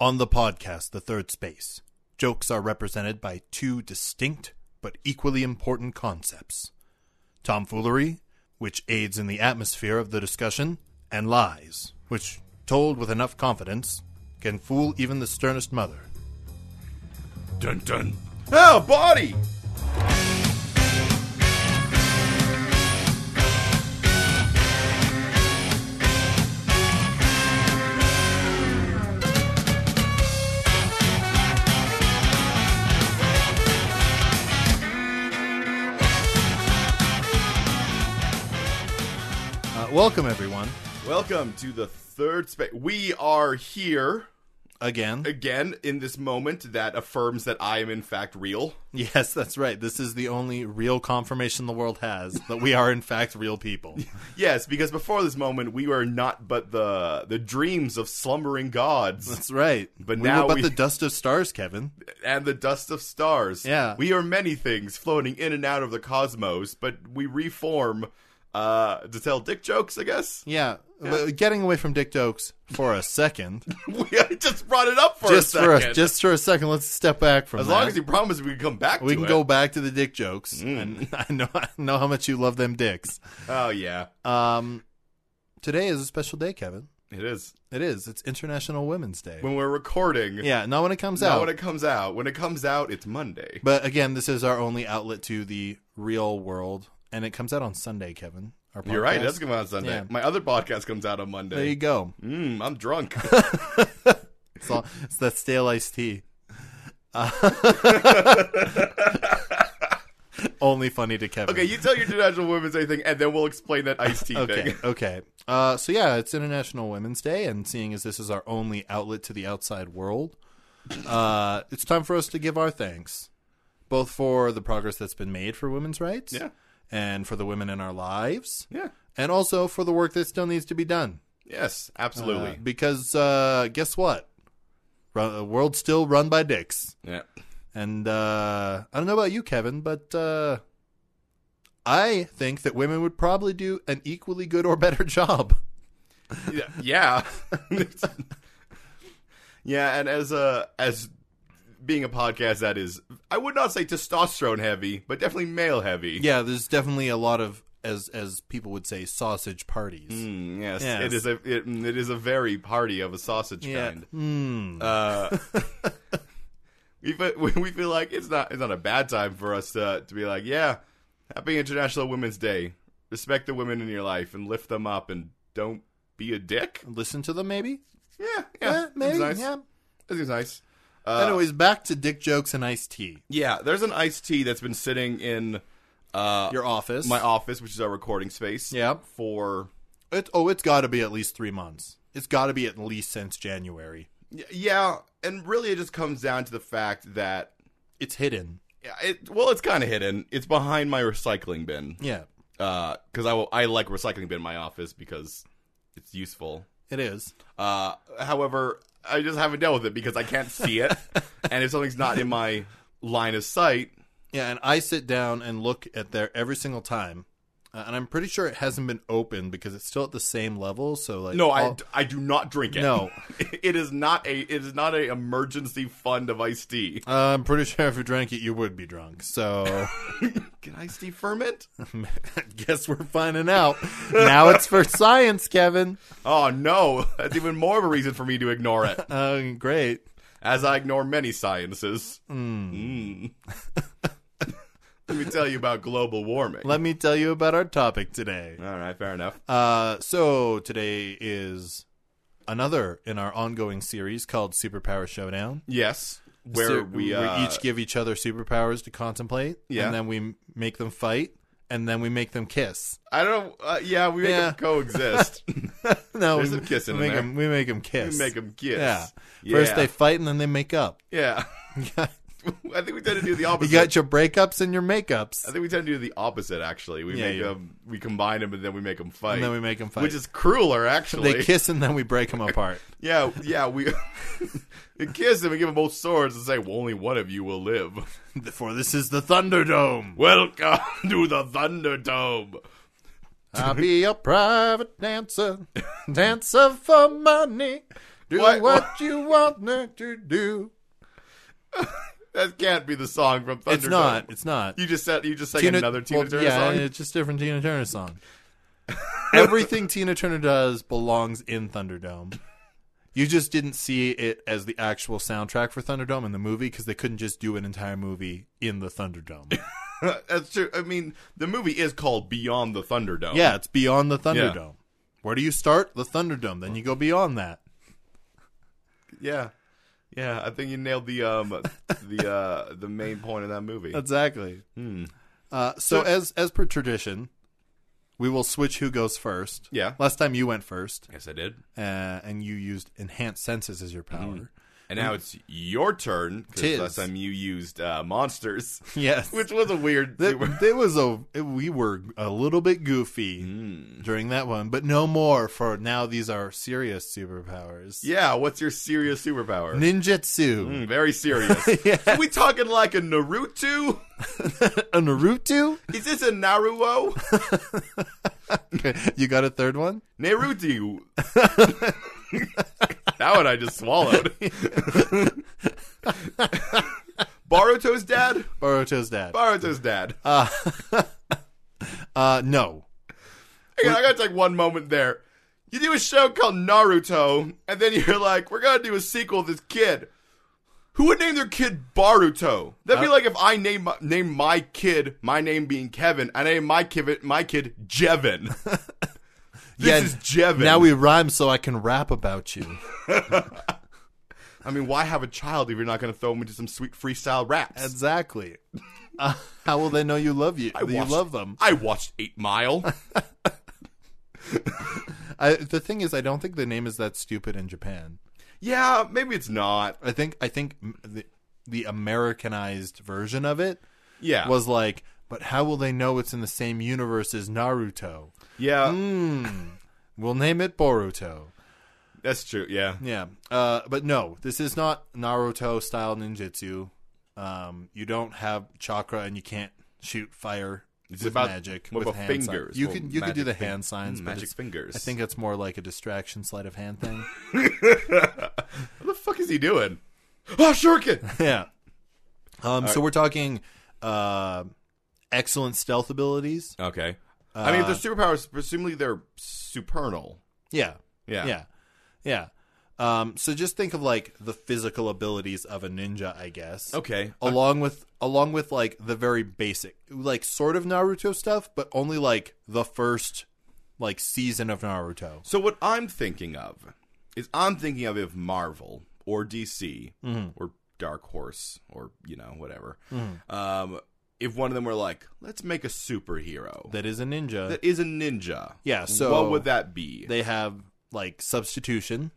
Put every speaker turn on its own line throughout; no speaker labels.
On the podcast, The Third Space, jokes are represented by two distinct but equally important concepts tomfoolery, which aids in the atmosphere of the discussion, and lies, which, told with enough confidence, can fool even the sternest mother.
Dun dun.
Oh, body!
Uh, welcome, everyone,
Welcome to the third space. We are here
again.
again in this moment that affirms that I am in fact real.
Yes, that's right. This is the only real confirmation the world has that we are, in fact, real people.
Yes, because before this moment we were not but the the dreams of slumbering gods
That's right.
But
we
now
were but
we-
the dust of stars, Kevin.
and the dust of stars.
Yeah.
we are many things floating in and out of the cosmos, but we reform uh, to tell dick jokes. I guess
Yeah, but getting away from Dick Jokes for a second,
we I just brought it up for
just
a
for
second.
a, just for a second. Let's step back from
as
that.
long as you promise we can come back,
we
to
can
it. Mm.
go back to the Dick Jokes, and I know I know how much you love them dicks.
Oh yeah,
Um, today is a special day, Kevin.
it is
It is. It's International Women's Day.
when we're recording.
yeah, not when it comes
Not
out.
when it comes out. When it comes out, it's Monday.
But again, this is our only outlet to the real world, and it comes out on Sunday, Kevin. Our
You're right.
podcast.
That's coming out on Sunday.
Yeah.
My other podcast comes out on
there you
Monday.
go.
Mm, I'm drunk.
It's, all, it's that stale iced tea. Uh, only funny to Kevin.
okay, you tell your International Women's Day thing, and then we'll explain that iced tea
okay,
thing.
okay. Uh, so yeah, it's International Women's Day, and seeing as this is our only outlet to the outside world, uh, it's time for us to give our thanks, both for the progress that's been made for women's rights,
Yeah.
and for the women in our lives,
Yeah.
and also for the work that still needs to be done.
Yes,
Uh,
absolutely.
because uh, guess what? Run, the world's still run by dicks.
yeah.
And uh, I don't know about you, Kevin, but uh, I think that women would probably do an equally good or better job.
Yeah. Yeah. yeah, and as a as being a podcast that is, I would not say testosterone heavy, but definitely male heavy.
Yeah, there's definitely a lot of, as as people would say, sausage parties.
Mm, yes,
Yes.
it is a it, mm, it is a very party of a sausage
Yeah.
kind.
Mm.
Uh, we fe- we we feel like it's not it's not a bad time for us to to be like, yeah, happy International Women's Day. Respect the women in your life and lift them up, and don't be a dick.
Listen to them, maybe.
Yeah, yeah,
Eh, maybe.
Seems nice.
Yeah.
seems nice. Uh,
Anyways, back to dick jokes and iced tea.
yeah, there's an iced tea that's been sitting in uh,
Your office.
my office, which is our recording space.
Yeah.
for
It, oh, it's got to be at least three months. It's got to be at least since January.
y- yeah, and really, it just comes down to the fact that
It's hidden.
yeah, it well, it's kind of hidden. It's behind my recycling bin.
Yeah,
because Uh, I will, I like recycling bin in my office because it's useful.
it is.
Uh, however, I just haven't dealt with it because I can't see it, and if something's not in my line of sight,
Yeah, and I sit down and look at there every single time, uh, and I'm pretty sure it hasn't been opened because it's still at the same level. So like, oh,
no, I,
all-
I do not drink it.
No.
it is not a it is not a emergency fund of iced tea.
Uh, I'm pretty sure if you drank it, you would be drunk. So
Can iced tea ferment?
I guess we're finding out. Now it's for science, Kevin.
Oh no, that's even more of a reason for me to ignore it,
Uh, great.
as I ignore many sciences.
Hmm.
Mm. Let me tell you about global warming.
Let me tell you about our topic today.
All right, fair enough.
Uh, so today is another in our ongoing series called Superpower Showdown.
Yes, where
So
we, uh,
each give each other superpowers to contemplate,
Yeah.
and then we m- make them fight, and then we make them kiss.
I don't. Uh, yeah, we make
Yeah.
them coexist.
No,
There's
we,
some kissing
we
in
make
there.
Them, we make them
we
kiss.
make them kiss.
Yeah.
Yeah.
First they fight, and then they make up.
yeah. I think we tend to do the
you
opposite.
got your breakups and your makeups,
I think we tend to do the opposite. Actually, we
Yeah,
make
yeah.
them. We combine them and then we make them fight.
and then we make them fight.
which is crueler, actually.
they kiss, and then we break them apart.
Yeah, yeah. We, we kiss them and give them both swords and say, well, "Only one of you will live."
For this is the Thunderdome.
Welcome to the Thunderdome.
I'll be a private dancer, dancer for money. Do
Why-
what you want me to do.
That can't be the song from Thunder.
It's not. It's not.
You just said you just sang
Tina-
another Tina
well,
Turner
yeah,
song.
and it's just different Tina Turner song. Everything Tina Turner does belongs in Thunderdome. You just didn't see it as the actual soundtrack for Thunderdome in the movie because they couldn't just do an entire movie in the Thunderdome.
That's true. I mean, the movie is called Beyond the Thunderdome.
yeah, it's beyond the Thunderdome. Where do you start? The Thunderdome. Then you go beyond that.
yeah, yeah. I think you nailed the um the uh the main point of that movie.
Exactly. Uh, so, as as per tradition, we will switch who goes first.
Yeah.
Last time you went first,
yes, I did.
uh, and you used enhanced senses as your power.
And now it's your turn. 'cause
Tis.
last time you used uh, monsters,
Yes.
which was a weird.
That, that was a we were a little bit goofy
Hmm.
during that one, but no more. For now, these are serious superpowers.
yeah, what's your serious superpower?
Ninjutsu,
Mm, very serious. Are we talking like a Naruto?
a Uh, Naruto.
Is this a Naruto?
you got a third one?
Naruto. that one I just swallowed. Baruto's dad?
Boruto's dad.
Baruto's dad.
Uh, no.
Hang on, I gotta take one moment there. You do a show called Naruto, and then you're like, we're gonna do a sequel to this kid. Who would name their kid Baruto? That'd
Uh,
be like if I name my, name my kid, my name being Kevin, I name my kid my kid Jevin. this
Yeah,
is Jevin.
Now we rhyme, so I can rap about you.
I mean, why have a child if you're not gonna throw him into some sweet freestyle raps?
exactly. Uh, how will they know you love you? that you
watched-
love them.
I watched Eight Mile.
I, the thing is, I don't think the name is that stupid in Japan.
yeah, maybe it's not.
I think I think m- the, the Americanized version of it
Yeah,
was like, but how will they know it's in the same universe as Naruto?
yeah,
mm. We'll name it Boruto.
that's true. Yeah,
Yeah, uh, but no, this is not Naruto style ninjutsu. Um, you don't have chakra, and you can't shoot fire
It's
with
about-
magic.
what
with
about
hand sign-
fingers?
You
Well,
could you could do the
magic fing-
hand signs,
Mm,
but
magic
it's-
fingers.
I think it's more like a distraction sleight of hand thing.
what the fuck is he doing? Oh, shuriken.
yeah. Um, so we're talking uh, excellent stealth abilities.
Okay. I
Uh,
mean, if they're superpowers, presumably they're supernal.
Yeah.
Yeah.
Yeah. Yeah. Um, so just think of like the physical abilities of a ninja, I guess.
Oh, Okay.
Along with along with like the very basic, like sort of Naruto stuff, but only like the first like season of Naruto.
So what I'm thinking of is I'm thinking of if Marvel or DC
Mm-hmm.
or Dark Horse or you know whatever, um, if one of them were like, let's make a superhero
That is a ninja.
that is a ninja.
Yeah, so-
what would that be?
they have like substitution,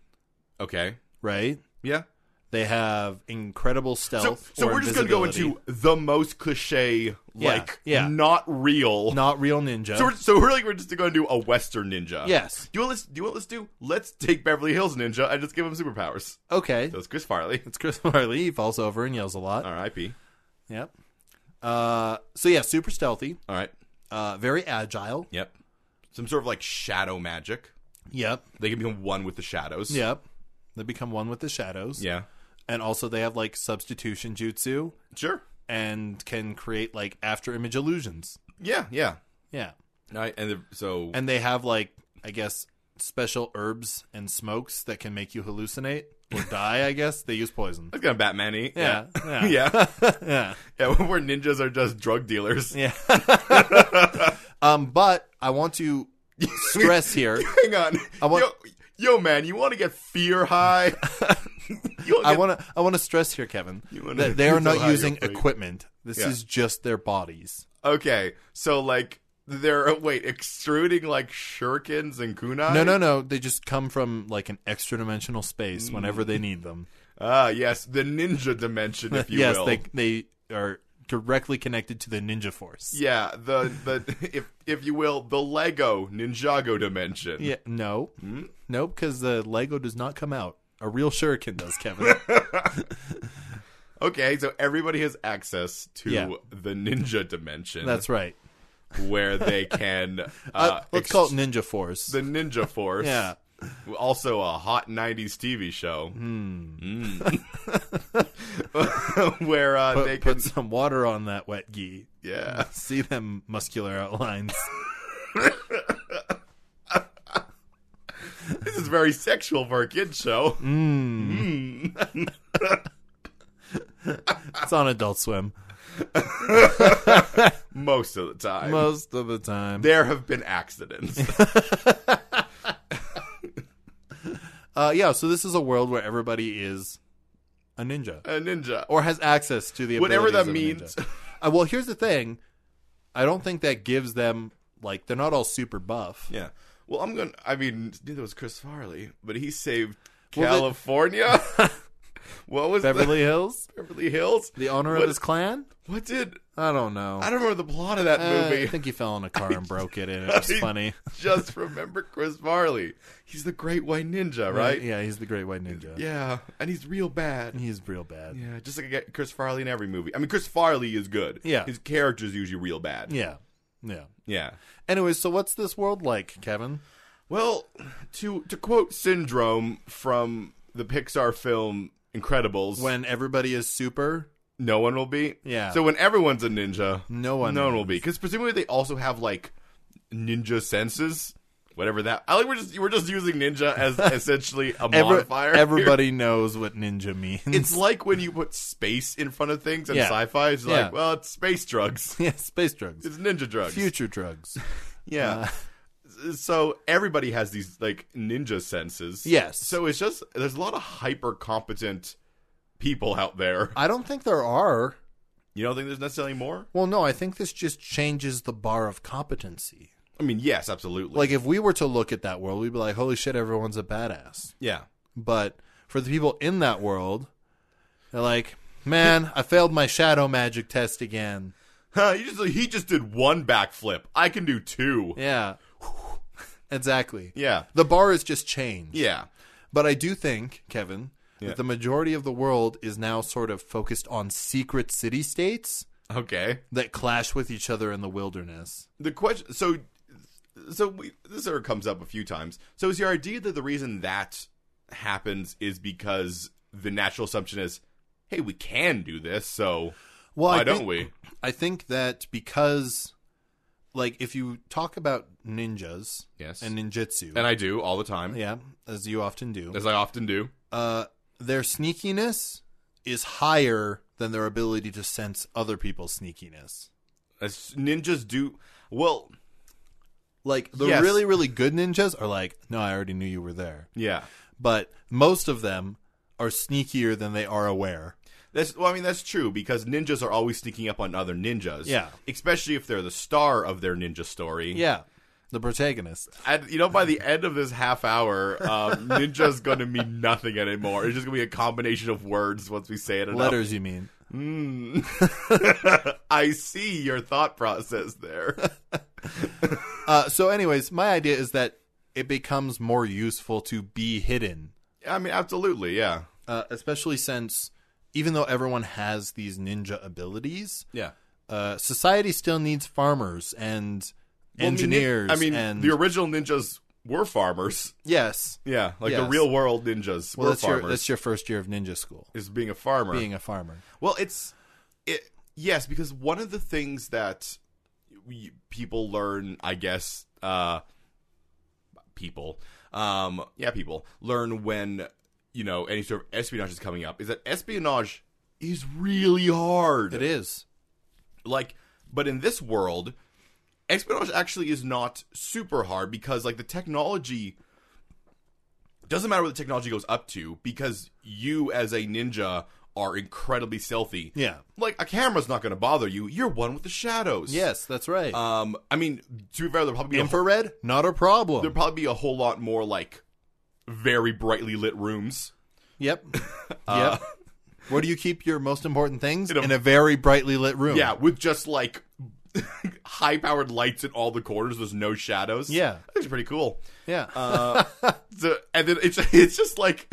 okay.
right?
Yeah.
They have incredible
So,
stealth.
so
or
we're just going to go
invisibility.
into the most cliche,
Yeah,
like
yeah.
not real.
not real ninja.
So, we're, so we're like we're just going to do a Western ninja.
Yes.
Do you want let's do you want let's do? Let's take Beverly Hills Ninja and just give him superpowers.
okay.
So it's Chris Farley.
It's Chris Farley. He falls over and yells a lot.
R.I.P.
Yep. Uh, so yeah, super stealthy,
All right.
uh, very agile.
Yep. Some sort of like shadow magic.
Yep.
They can become one with the shadows.
Yep. They become one with the shadows.
Yeah.
And also they have like substitution jutsu
Sure.
and can create like after image illusions.
Yeah. Yeah.
Yeah.
All right. And the, so
And they have like I guess special herbs and smokes that can make you hallucinate or die, I guess. They use poison.
that's kind of Batman y.
Yeah. Yeah.
Yeah. yeah.
Yeah.
yeah. Where ninjas are just drug dealers.
Yeah. um but I want to stress here
Hang on.
I want-
yo, yo, man, you want to get fear high? you wanna
I
get-
want to. I want to stress here, Kevin,
wanna-
that they are
you know
not
how you're
using
free.
equipment. This
Yeah.
is just their bodies.
Okay. So, like, they're, wait, extruding like shurikens and kunai?
No, no, no. They just come from like an extra dimensional space whenever they need them.
Ah, yes, the ninja dimension, if you
yes,
will.
they they are directly connected to the ninja force.
Yeah, the the if if you will, the Lego Ninjago dimension.
Yeah, no, no, because the Lego does not come out. A real shuriken does, Kevin.
Okay, so everybody has access to
Yeah.
the ninja dimension.
That's right.
where they can uh,
Uh, let's
ex-
call it ninja force.
the ninja force.
yeah,
Also, a hot '90s TV show
Hmm.
Mm. where uh,
Put,
they can,
put some water on that wet ghee.
yeah.
See them muscular outlines.
This is very sexual for a kid show.
Mm. It's on Adult Swim
Most of the time,
most of the time.
there have been accidents.
Uh, yeah, so this is a world where everybody is a ninja
a ninja,
or has access to the
whatever that
abilities of a
means.
ninja. Uh, well, here's the thing: I don't think that gives them like they're not all super buff.
Yeah. Well, I'm gonna. I mean, neither was Chris Farley, but he saved
Well, the-
California. what was
Beverly Hills,
the Beverly Hills?
the honor of
What-
his clan.
What did
I don't know.
I don't remember the plot of that
Uh, I
movie?
think he fell in a car and broke it, and it was
I-
funny.
Just remember Chris Farley. He's the Great White Ninja, right?
Yeah, Mm. he's the Great White Ninja.
Yeah, and he's real bad.
he's real bad.
Yeah, just like I get Chris Farley in every movie. I mean, Chris Farley is good.
Yeah.
his character's usually real bad.
Yeah, yeah.
yeah.
Anyway, so what's this world like, Kevin?
Well, to to quote Syndrome from the Pixar film Incredibles,
When everybody is super,
no one will be.
Yeah.
So when everyone's a ninja,
No one
no one will be. Because presumably they also have like ninja senses, whatever that. I like we're just we're just using ninja as essentially a
every-
modifier. here.
everybody knows what ninja means.
It's like when you put space in front of things and
Yeah.
sci-fi. It's
Yeah.
like, well, it's space drugs.
yeah, space drugs,
It's ninja drugs.
future drugs. Uh,
Yeah. so everybody has these like ninja senses.
Yes.
So it's just there's a lot of hyper competent people out there.
I don't think there are.
You don't think there's necessarily more?
Well, no, I think this just changes the bar of competency.
I mean, yes, absolutely.
Like if we were to look at that world, we'd be like, "Holy shit, everyone's a badass."
yeah.
But for the people in that world, they're like, "Man, I failed my shadow magic test again."
Huh, he just he just did one backflip. I can do two.
Yeah. exactly.
Yeah.
The bar has just changed.
Yeah.
But I do think, Kevin,
Yeah.
that the majority of the world is now sort of focused on secret city states
Okay.
that clash with each other in the wilderness.
The question so so we, this sort of comes up a few times. So is your idea that the reason that happens is because the natural assumption is, hey, we can do this, so
Well,
why
I
don't
think-
we?
I think that because, like, if you talk about ninjas
Yes.
and ninjutsu,
And I do all the time,
yeah, as you often do,
as I often do.
uh, their sneakiness is higher than their ability to sense other people's sneakiness.
As ninjas do. Well,
Like the
Yes.
really, really good ninjas are like, no, I already knew you were there.
yeah.
But most of them are sneakier than they are aware.
That's well, I mean that's true because ninjas are always sneaking up on other ninjas.
Yeah.
especially if they're the star of their ninja story.
Yeah, the protagonist.
and you know by the end of this half hour, um, ninja's going to mean nothing anymore. It's just going to be a combination of words once we say it. Enough.
Letters, you mean?
I see your thought process there.
Uh, so, anyways, my idea is that it becomes more useful to be hidden
I mean, absolutely, yeah,
uh, especially since even though everyone has these ninja abilities,
yeah.
uh, society still needs farmers and
Well, I mean, nin-
engineers.
I mean,
and
the original ninjas were farmers.
yes,
Yeah, like the
Yes.
real world ninjas
well,
were
that's your
farmers.
that's your first year of ninja school,
is being a farmer.
being a farmer.
Well, it's it yes, because one of the things that we, people learn, I guess, uh, people, um, yeah, people learn when you know any sort of espionage is coming up is that espionage is really hard.
It is
Like, but in this world, espionage actually is not super hard because like the technology doesn't matter what the technology goes up to because you as a ninja are incredibly stealthy
yeah,
like a camera's not going to bother you. You're one with the shadows.
yes, that's right.
Um. I mean, to be fair, there'll probably be a whole,
Infrared, not a problem.
there'll probably be a whole lot more like very brightly lit rooms.
yep,
Uh,
yep. Where do you keep your most important things?
In a-
In a very brightly lit room.
Yeah, with just like high powered lights in all the corners. There's no shadows.
Yeah.
that's pretty cool.
yeah.
Uh, so, and then it's it's just like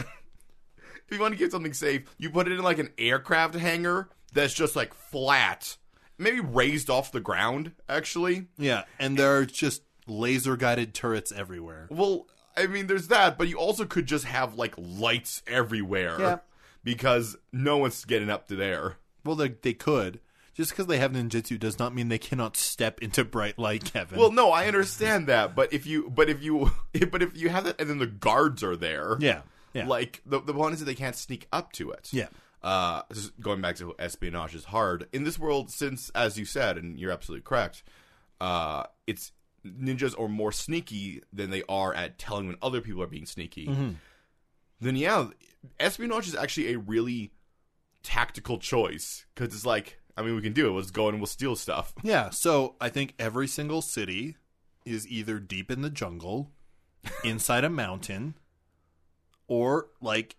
if you want to get something safe, you put it in like an aircraft hangar that's just like flat, maybe raised off the ground. Actually,
yeah, and there are just laser guided turrets everywhere.
Well, I mean, there's that, but you also could just have like lights everywhere
Yeah.
because no one's getting up to there.
Well, they, they could. Just because they have ninjutsu does not mean they cannot step into bright light, Kevin.
Well, no, I understand that, but if you, but if you, but if you have that, and then the guards are there,
yeah, yeah,
like the the point is that they can't sneak up to it.
yeah.
uh, just going back to espionage is hard in this world since as you said and you're absolutely correct uh, it's ninjas are more sneaky than they are at telling when other people are being sneaky
Mm-hmm.
then yeah espionage is actually a really tactical choice because it's like i mean we can do it let's go and we'll steal stuff
Yeah, so I think every single city is either deep in the jungle, inside a mountain, or like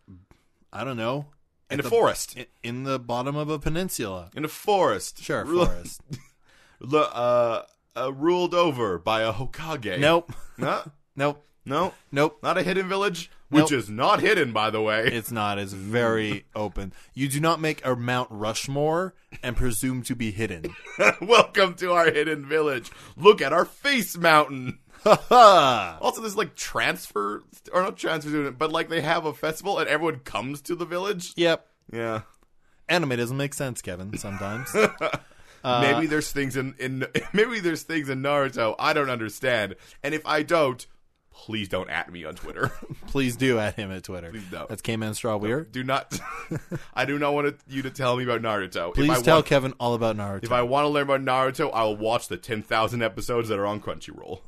I don't know,
in
at
a forest
i- in the bottom of a peninsula.
in a forest
Sure,
Ru-
forest.
lu- uh, uh, ruled over by a hokage
nope,
no
nope,
no
nope.
not a hidden village
Nope.
which is not hidden by the way
It's not. It's very open. You do not make a Mount Rushmore and presume to be hidden.
Welcome to our hidden village. Look at our face mountain.
Ha ha!
Also, there's like transfer, or not transfer student, but like they have a festival and everyone comes to the village.
Yep.
Yeah.
Anime doesn't make sense, Kevin. Sometimes. Uh,
maybe there's things in, in maybe there's things in Naruto I don't understand, and if I don't, please don't at me on Twitter.
Please do at him at Twitter.
Please don't.
That's K Man Straw Weird.
do not. I do not want you to tell me about Naruto. if
Please
I
tell
Want,
Kevin all about Naruto.
if I want to learn about Naruto, I will watch the ten thousand episodes that are on Crunchyroll.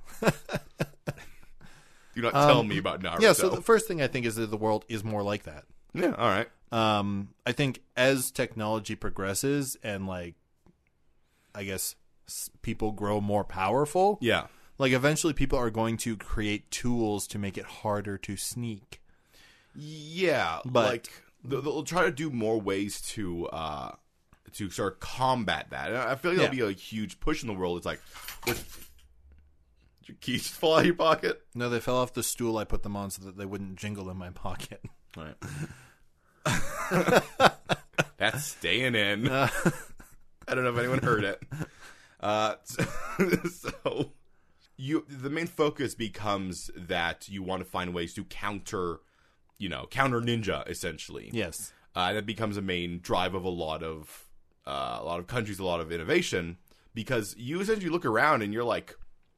do not tell me about Naruto.
yeah, so the first thing I think is that the world is more like that.
Yeah, all right.
Um, I think as technology progresses and like, I guess s- people grow more powerful.
Yeah.
Like eventually, people are going to create tools to make it harder to sneak.
Yeah,
But-
like they'll, they'll try to do more ways to uh to sort of combat that. And I feel like
Yeah.
that'll be a huge push in the world. It's like what- did your keys fall out of your pocket.
No, they fell off the stool I put them on so that they wouldn't jingle in my pocket.
All right. That's staying in. I don't know if anyone heard it. Uh, so, so you the main focus becomes that you want to find ways to counter, you know, counter ninja essentially.
Yes.
uh, and that becomes a main drive of a lot of uh, a lot of countries, a lot of innovation, because you essentially look around and you're like,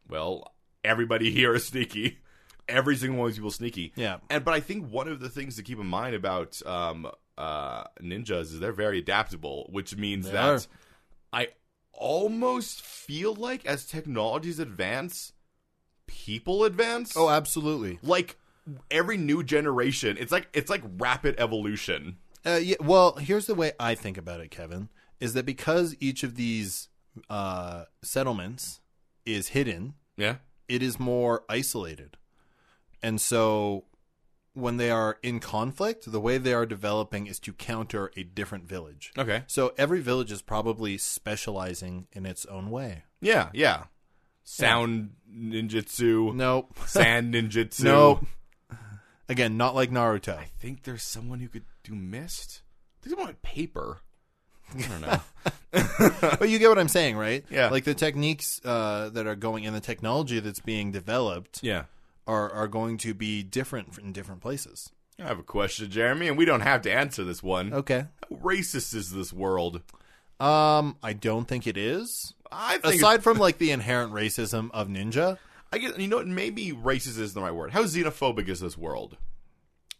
well, everybody here is sneaky. Every single one of these people is sneaky.
Yeah.
And but I think one of the things to keep in mind about um, uh, ninjas is they're very adaptable, which means
They
that
are.
I almost feel like as technologies advance, people advance.
Oh, absolutely.
like every new generation, it's like it's like rapid evolution.
Uh, yeah, well, here's the way I think about it, Kevin, is that because each of these uh, settlements is hidden,
Yeah.
it is more isolated. And so when they are in conflict, the way they are developing is to counter a different village.
Okay.
So every village is probably specializing in its own way.
Yeah, yeah. Sound ninjutsu,
Nope.
sand ninjutsu.
Nope. Again, not like Naruto.
I think there's someone who could do mist. I think someone on paper. I don't know.
but you get what I'm saying, right?
Yeah.
Like the techniques uh, that are going and the technology that's being developed
yeah.
are, are going to be different in different places.
I have a question, Jeremy, and we don't have to answer this one.
Okay.
How racist is this world?
Um, I don't think it is.
I think it's-
Aside from like the inherent racism of ninja,
I guess you know what maybe racist isn't the right word. How xenophobic is this world?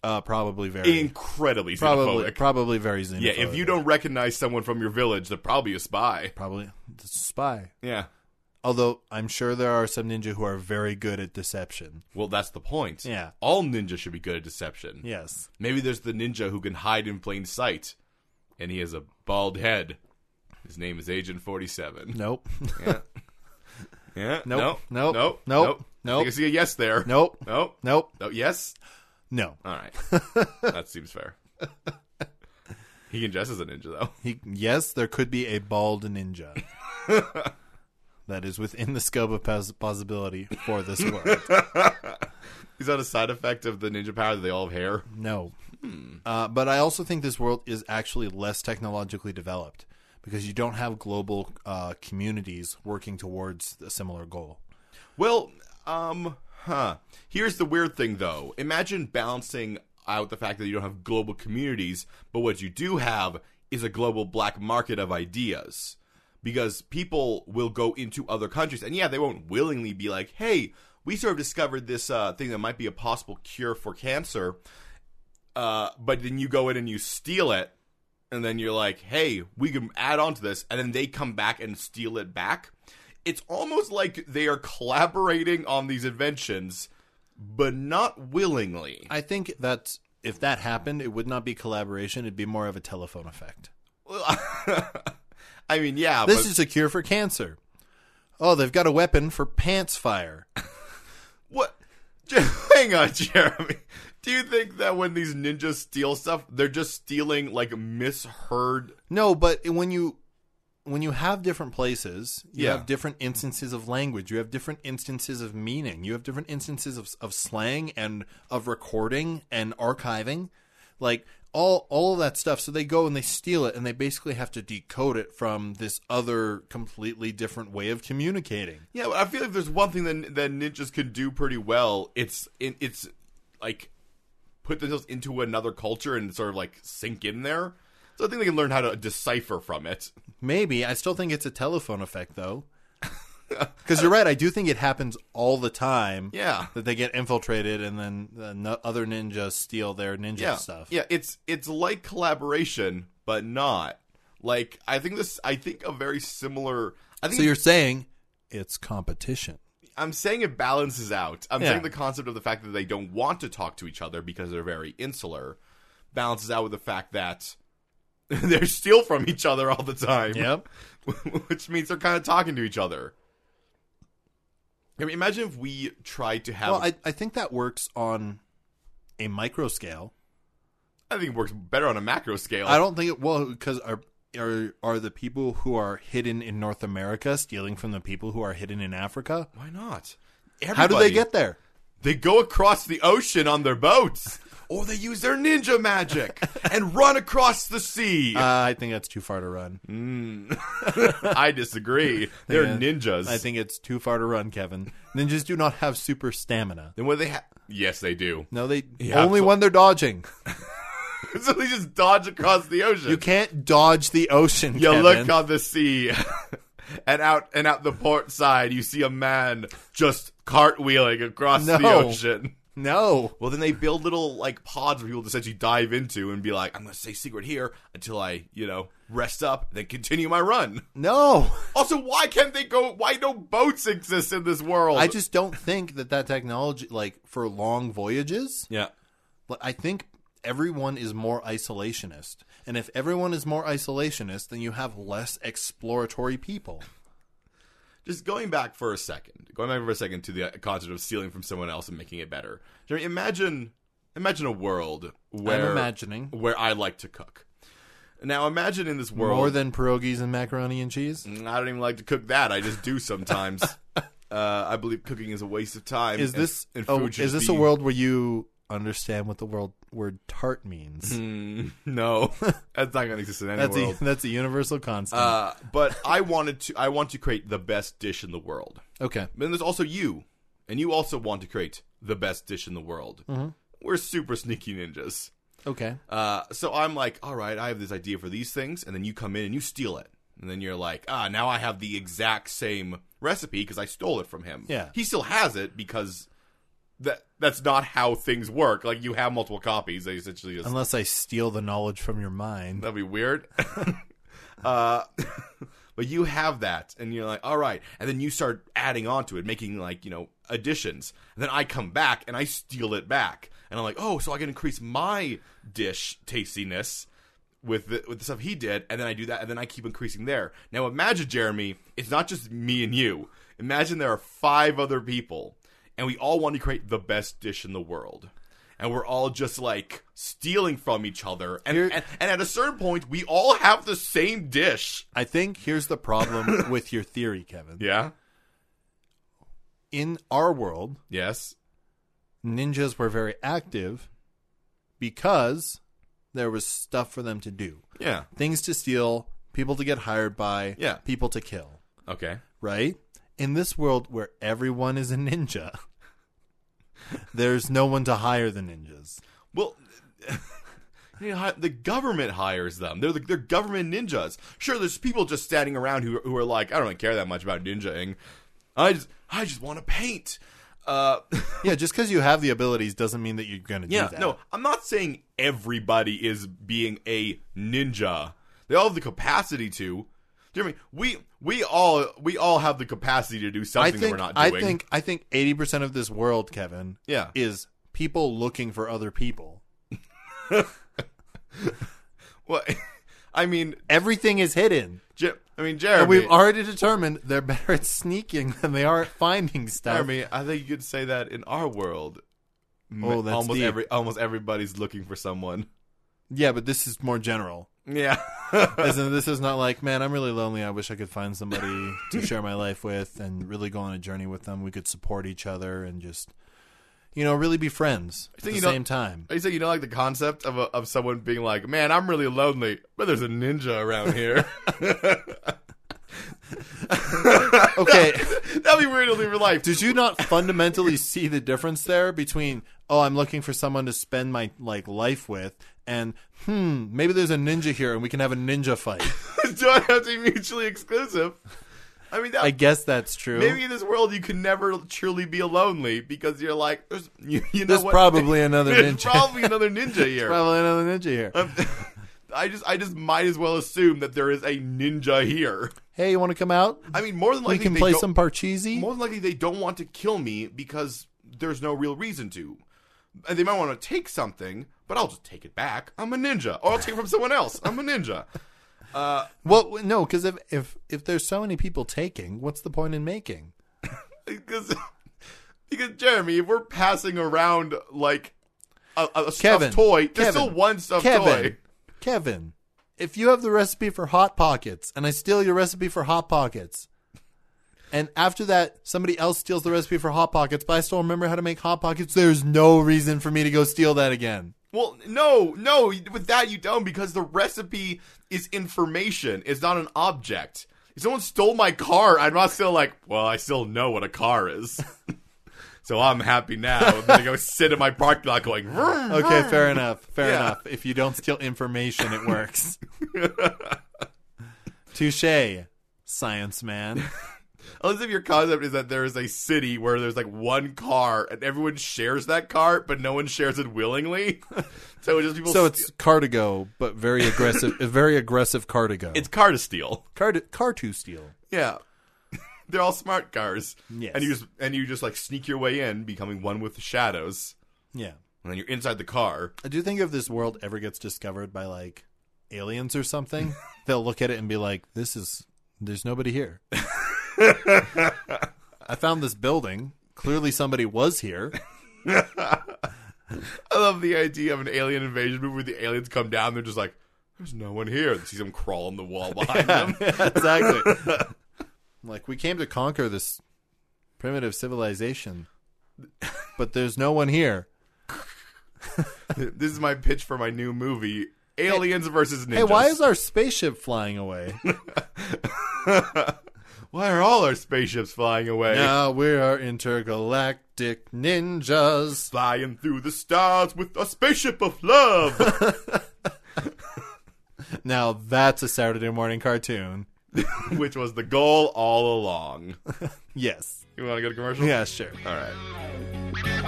uh, probably very,
Incredibly
probably,
xenophobic.
probably very xenophobic.
yeah, if you don't recognize someone from your village, they're probably a spy.
probably the spy.
Yeah.
Although I'm sure there are some ninja who are very good at deception.
Well, that's the point.
Yeah.
All ninja should be good at deception.
Yes.
Maybe there's the ninja who can hide in plain sight, and he has a bald head. His name is Agent 47.
Nope.
Yeah.
Nope.
No.
Nope.
No.
Nope.
No.
Nope.
I can see a yes there.
nope.
No.
Nope.
No. Yes.
No.
All right. that seems fair. He can dress as a ninja though.
He, yes, there could be a bald ninja. that is within the scope of pos- possibility for this world.
Is that a side effect of the ninja power that they all have hair?
No. Uh, but I also think this world is actually less technologically developed because you don't have global uh, communities working towards a similar goal.
Well, um, Huh. Here's the weird thing, though. Imagine balancing out the fact that you don't have global communities, but what you do have is a global black market of ideas. Because people will go into other countries, and yeah, they won't willingly be like, "Hey, we sort of discovered this uh, thing that might be a possible cure for cancer," uh, but then you go in and you steal it, and then you're like, "Hey, we can add on to this," and then they come back and steal it back. It's almost like they are collaborating on these inventions, but not willingly.
I think that if that happened, it would not be collaboration. It'd be more of a telephone effect.
I mean, yeah,
This
but
is a cure for cancer. Oh, they've got a weapon for pants fire.
what? Hang on, Jeremy. Do you think that when these ninjas steal stuff, they're just stealing like misheard?
No, but when you when you have different places, you
Yeah.
have different instances of language, you have different instances of meaning, you have different instances of, of slang and of recording and archiving, like all all of that stuff. So they go and they steal it, and they basically have to decode it from this other completely different way of communicating.
Yeah, but I feel like there's one thing that that ninjas can do pretty well. It's it, it's like put themselves into another culture and sort of like sink in there. So I think they can learn how to decipher from it.
Maybe I still think it's a telephone effect, though. Because you're right, I do think it happens all the time.
Yeah.
that they get infiltrated and then the no- other ninjas steal their ninja
yeah,
stuff.
Yeah, it's it's like collaboration, but not like I think this. I think a very similar. I think
So you're saying it's competition.
I'm saying it balances out. I'm
Yeah.
saying the concept of the fact that they don't want to talk to each other because they're very insular balances out with the fact that they're steal from each other all the time.
Yep.
which means they're kind of talking to each other. I mean, imagine if we tried to have.
Well,
I,
I, I think that works on a micro scale.
think it works better on a macro scale.
I don't think it well because are are are the people who are hidden in North America stealing from the people who are hidden in Africa?
Why not?
How do they
Everybody-
get there?
They go across the ocean on their boats, or they use their ninja magic and run across the sea.
Uh, I think that's too far to run.
I disagree. They're
Yeah.
ninjas.
I think it's too far to run, Kevin. Ninjas do not have super stamina.
Then what do they have? Yes, they do.
No, they
Yeah,
only
so-
when they're dodging.
so they just dodge across the ocean.
You can't dodge the ocean.
You
Kevin.
look on the sea, and out and out the port side, you see a man just cartwheeling across the
No.
ocean.
No.
Well, then they build little like pods for people to essentially dive into and be like, "I'm going to stay secret here until I, you know, rest up, then continue my run."
No.
Also, why can't they go? Why don't boats exist in this world?
I just don't think that that technology, like for long voyages,
yeah.
But I think everyone is more isolationist. And if everyone is more isolationist, then you have less exploratory people.
just going back for a second, going back for a second to the concept of stealing from someone else and making it better. Jeremy, imagine, imagine a world where
imagining.
where I like to cook. Now imagine in this world,
More than pierogies and macaroni and cheese.
I don't even like to cook that. I just do sometimes. uh, I believe cooking is a waste of time.
Is
and-
this
and
oh,
food should
is this a
be-
world where you understand what the world word tart means?
Mm, no, that's not going to exist in any
That's
world.
a that's a universal constant.
uh, but I wanted to. I want to create the best dish in the world.
okay.
But then there's also you, and you also want to create the best dish in the world. We're super sneaky ninjas.
Okay.
Uh, so I'm like, all right, I have this idea for these things, and then you come in and you steal it, and then you're like, ah, now I have the exact same recipe because I stole it from him.
Yeah.
he still has it because that that's not how things work. Like you have multiple copies. They essentially just
Unless I steal the knowledge from your mind.
That'd be weird. uh, but you have that, and you're like, all right. And then you start adding on to it, making like, you know, additions. And then I come back and I steal it back. And I'm like, oh, so I can increase my dish tastiness with the, with the stuff he did. And then I do that, and then I keep increasing there. Now imagine, Jeremy, it's not just me and you. Imagine there are five other people, and we all want to create the best dish in the world. And we're all just like stealing from each other. And,
Here-
and, and at a certain point, we all have the same dish.
I think here's the problem with your theory, Kevin.
Yeah.
In our world,
Yes.
ninjas were very active because there was stuff for them to do
Yeah.
things to steal, people to get hired by,
Yeah.
people to kill,
Okay.
right? In this world where everyone is a ninja, There's no one to hire the ninjas.
Well, you know, hi- the government hires them. They're the, they're government ninjas. Sure, there's people just standing around who who are like, I don't care that much about ninjaing. I just I just want to paint. Uh,
Yeah, just because you have the abilities doesn't mean that you're going to
yeah,
do that.
no, I'm not saying everybody is being a ninja. They all have the capacity to. Do you know what I mean? We we all we all have the capacity to do
I
something
think,
that we're not
I
doing.
think I think 80% of this world, Kevin,
yeah.
is people looking for other people.
Well, I mean,
Everything is hidden.
J- I mean,
And
Jeremy.
we've already determined they're better at sneaking than they are at finding stuff.
Jeremy, I think you could say that in our world. M-
Oh, that's
almost
deep.
every almost everybody's looking for someone.
Yeah, but this is more general.
Yeah.
As in, this is not like, man, I'm really lonely. I wish I could find somebody to share my life with and really go on a journey with them. We could support each other and just, you know, really be friends at
think
the
you don't-
same time.
you say you don't like the concept of a, of someone being like, "Man, I'm really lonely, but there's a ninja around here."
Okay.
That'd be weird to live your life.
Did you not fundamentally see the difference there between, oh, I'm looking for someone to spend my like life with and hmm, maybe there's a ninja here and we can have a ninja fight.
don't have to be mutually exclusive. I mean, that,
I guess that's true.
maybe in this world you can never truly be lonely because you're like, there's, you, you know
there's
what?
probably another
There's
ninja.
probably another ninja here.
probably another ninja here.
Um, I just, I just might as well assume that there is a ninja here.
hey, you want to come out?
I mean, more than likely
we can
they
play
don't-
some parcheesi.
More than likely, they don't want to kill me because there's no real reason to. And they might want to take something, but I'll just take it back. I'm a ninja, or I'll take it from someone else. I'm a ninja.
Well, no, because if, if if there's so many people taking, what's the point in making?
because because Jeremy, if we're passing around like a, a
Kevin,
stuffed toy, there's
Kevin,
still one stuffed
Kevin,
toy.
Kevin, if you have the recipe for hot pockets and I steal your recipe for hot pockets, and after that somebody else steals the recipe for hot pockets, but I still remember how to make hot pockets, there's no reason for me to go steal that again.
Well, no, no, with that you don't because the recipe is information. It's not an object. If someone stole my car, I'm not still like, well, I still know what a car is. so I'm happy now. I'm gonna go sit in my parking lot going. Vroom,
Okay, fair enough. Fair
Yeah.
enough. If you don't steal information, it works. Touche, science man.
Unless if your concept is that there is a city where there's like one car and everyone shares that car, but no one shares it willingly. so it's just people.
So
steal-
it's Cardigo, but very aggressive. a very aggressive Cardigo.
it's car to steal.
car car to steal.
Yeah, they're all smart cars.
Yes.
and you just and you just like sneak your way in, becoming one with the shadows,
Yeah,
and then you're inside the car.
I do think if this world ever gets discovered by like aliens or something, they'll look at it and be like, "This is there's nobody here." I found this building. Clearly, somebody was here.
I love the idea of an alien invasion movie where the aliens come down. They're just like, "There's no one here." And see them crawl on the wall behind them.
exactly. like we came to conquer this primitive civilization, but there's no one here.
this is my pitch for my new movie: Aliens versus Ninjas.
Hey, why is our spaceship flying away?
Why are all our spaceships flying away?
Now we are intergalactic ninjas.
Flying through the stars with a spaceship of love.
Now that's a Saturday morning cartoon.
which was the goal all along.
Yes.
You want to go to commercial?
Yeah, sure.
All right.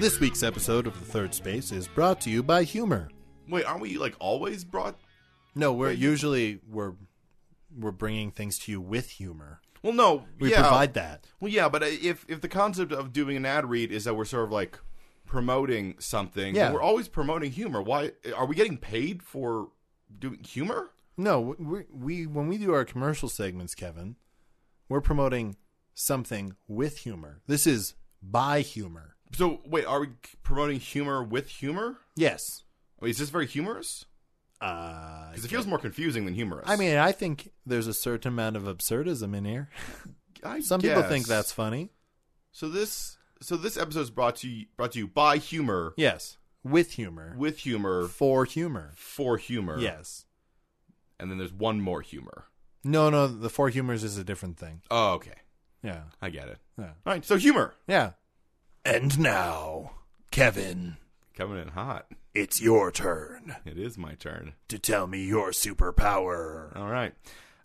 This week's episode of The Third Space is brought to you by humor.
Wait, aren't we like always brought?
No, we're usually we're we're bringing things to you with humor.
Well, no.
We
yeah.
provide that.
Well, yeah, but uh, if if the concept of doing an ad read is that we're sort of like promoting something,
Yeah.
then we're always promoting humor. Why uh, are we getting paid for doing humor?
No, we, we when we do our commercial segments, Kevin, we're promoting something with humor. This is by humor.
So wait, are we promoting humor with humor?
Yes.
Wait, is this very humorous?
Uh,
Because it feels more confusing than humorous.
I mean, I think there's a certain amount of absurdism in here.
I
Some people think
guess.
that's funny.
So this so this episode is brought to you, brought to you by humor,
Yes, with humor,
with humor,
for humor.
for humor.
Yes.
and then there's one more humor.
No, no, the four humors is a different thing.
Oh, okay.
Yeah.
I get it.
Yeah.
All right, so humor.
Yeah. And now, Kevin,
Coming in hot.
it's your turn
It is my turn.
to tell me your superpower.
All right.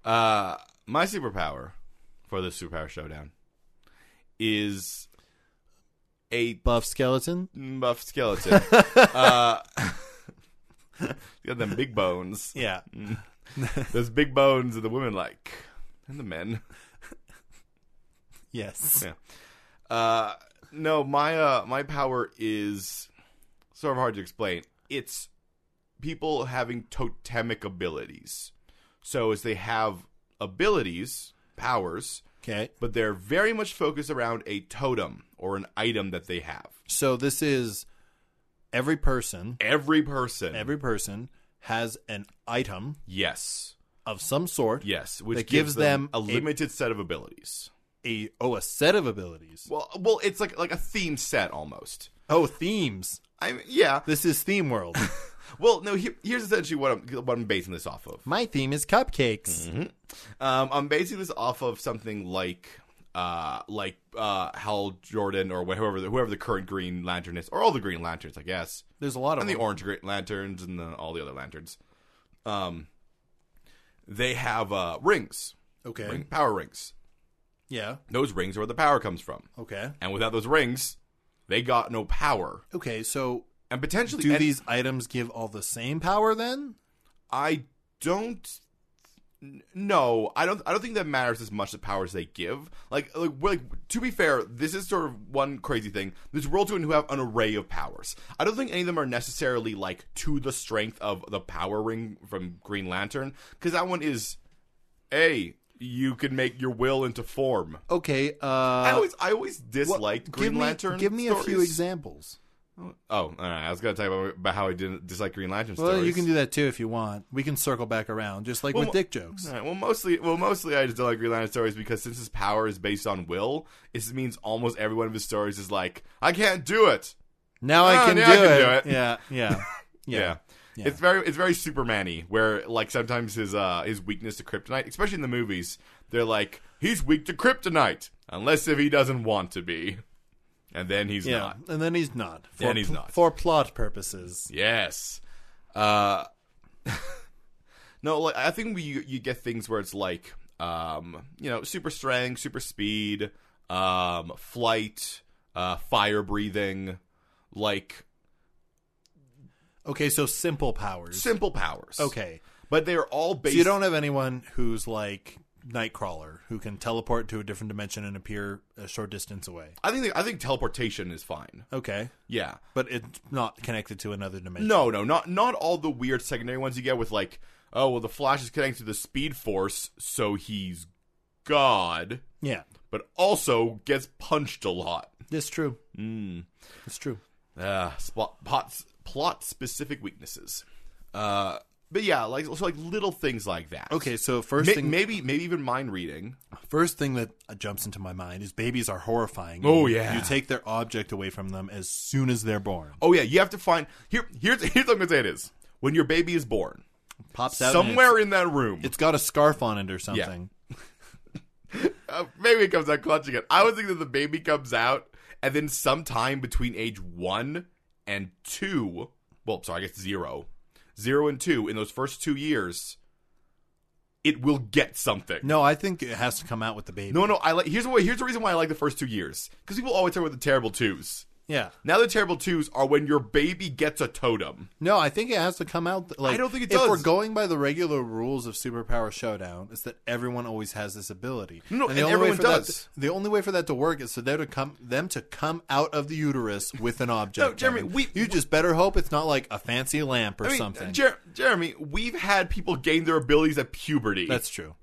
Uh, my superpower for the Superpower Showdown is a
Buff skeleton?
buff skeleton. uh, he's got them big bones. Mm.
Yeah.
Those big bones that the women like, and the men.
Yes.
Yeah. Uh, no, my uh, my power is sort of hard to explain. It's people having totemic abilities. So as they have abilities, powers,
Okay.
but they're very much focused around a totem or an item that they have.
So this is every person,
Every person,
every person has an item
yes,
of some sort.
yes, which
That gives
gives, them,
them
a
a-
limited set of abilities.
A oh, a set of abilities.
Well, well, it's like like a theme set almost.
Oh, themes.
I mean, yeah.
This is theme world.
Well, no. Here, here's essentially what I'm what I'm basing this off of.
My theme is cupcakes.
Um, I'm basing this off of something like, uh, like uh, Hal Jordan or whoever the, whoever the current Green Lantern is, or all the Green Lanterns, I guess,
There's a lot of
and the
them.
Orange Green Lanterns and the, all the other lanterns. Um, they have uh, rings,
Okay.
ring, power rings.
Yeah.
Those rings are where the power comes from,
Okay.
and without those rings, they got no power.
Okay, so
And potentially,
do
any-
these items give all the same power then?
I don't. n- No, I don't. I don't think that matters as much the powers they give. Like, like, well, like to be fair, this is sort of one crazy thing. There's world children who have an array of powers. I don't think any of them are necessarily like to the strength of the power ring from Green Lantern because that one is, a you can make your will into form.
Okay, uh
I always, I always
what-
disliked Green
give me,
Lantern.
Give me a few
stories.
examples.
Oh, all right, I was gonna talk about, about how I didn't dislike Green Lantern
Well,
stories.
you can do that too if you want. We can circle back around, just like
Well,
with dick jokes.
All right, well, mostly, well, mostly, I just don't like Green Lantern stories because since his power is based on will, it means almost every one of his stories is like, "I can't do it."
Now
Oh,
I can,
now
do,
I can
it.
do it.
Yeah, yeah, yeah. Yeah.
it's very, it's very Superman-y, where like sometimes his uh his weakness to kryptonite, especially in the movies, they're like, "He's weak to kryptonite unless if he doesn't want to be," and then he's
Yeah.
not.
And then he's not. For
Then he's not.
For plot purposes.
Yes. Uh No, like I think we you, you get things where it's like um, you know, super strength, super speed, um, flight, uh, fire breathing, like
Okay, so simple powers.
simple powers.
okay.
But they are all based
So you don't have anyone who's like Nightcrawler who can teleport to a different dimension and appear a short distance away.
I think I think teleportation is fine.
Okay.
Yeah.
But it's not connected to another dimension.
No, no, not not all the weird secondary ones you get with like, oh well the Flash is connected to the speed force, so he's God,
Yeah.
but also gets punched a lot.
That's true. Mm. That's true.
uh, spot, plot, plot specific weaknesses. Uh, but yeah, like so like little things like that.
Okay, so
Ma-
first thing
maybe maybe even mind reading.
first thing that jumps into my mind is babies are horrifying.
Oh,
You-
yeah.
You take their object away from them as soon as they're born.
Oh yeah, you have to find here. Here's here's what I'm gonna say. It is when your baby is born
Pops out and
somewhere in that room.
it's, it's got a scarf on it or something.
uh, maybe it comes out clutching it. I was thinking that the baby comes out and then sometime between age one and two. Well, sorry, I guess zero, zero and two in those first two years, it will get something.
No, I think it has to come out with the baby.
No, no. I like here's what here's the reason why I like the first two years because people always talk about the terrible twos.
Yeah.
Now the terrible twos are when your baby gets a totem.
No, I think it has to come out. th- Like,
I don't think it
if
does.
we're going by the regular rules of Superpower Showdown, is that everyone always has this ability.
No,
the
and
only way
everyone
for that-
does.
the only way for that to work is for them to come them to come out of the uterus with an object.
No, Jeremy,
Kevin.
we-
you just better hope it's not like a fancy lamp or
I mean,
something.
Jer- Jeremy, we've had people gain their abilities at puberty.
That's true.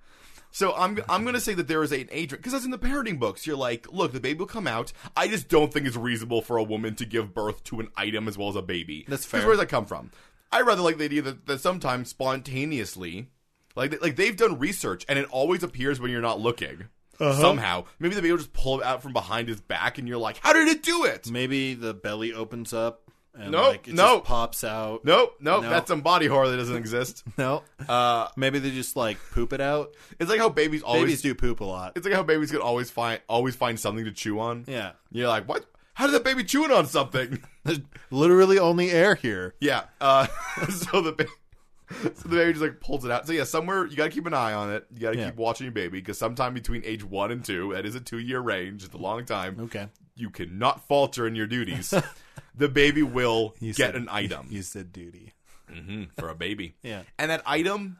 so I'm I'm gonna say that there is an age because that's in the parenting books. You're like, look, the baby will come out. I just don't think it's reasonable for a woman to give birth to an item as well as a baby.
That's fair.
'Cause Where does that come from? I rather like the idea that, that sometimes spontaneously. Like, like they've done research, and it always appears when you're not looking.
Uh-huh.
Somehow, maybe the baby will just pull it out from behind his back, and you're like, "How did it do it?"
Maybe the belly opens up and
Nope,
like it
nope.
just pops out.
Nope, nope,
No.
that's some body horror that doesn't exist.
No,
Uh,
maybe they just like poop it out.
it's like how babies always.
Babies do poop a lot.
It's like how babies can always find always find something to chew on.
Yeah,
You're like, what? How did that baby chewing on something?
there's literally only air here.
yeah. Uh, so the baby, so the baby just like pulls it out. So yeah, somewhere you got to keep an eye on it. You got to
Yeah.
keep watching your baby because sometime between age one and two, that is a two year range. It's a long time.
Okay,
You cannot falter in your duties. the baby will
You said-
get
Mm-hmm,
an item
You said duty.
Mhm, for a baby.
Yeah.
And that item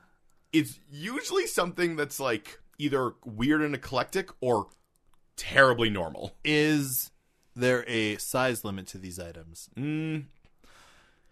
is usually something that's like either weird and eclectic or terribly normal.
Is there a size limit to these items?
Mm.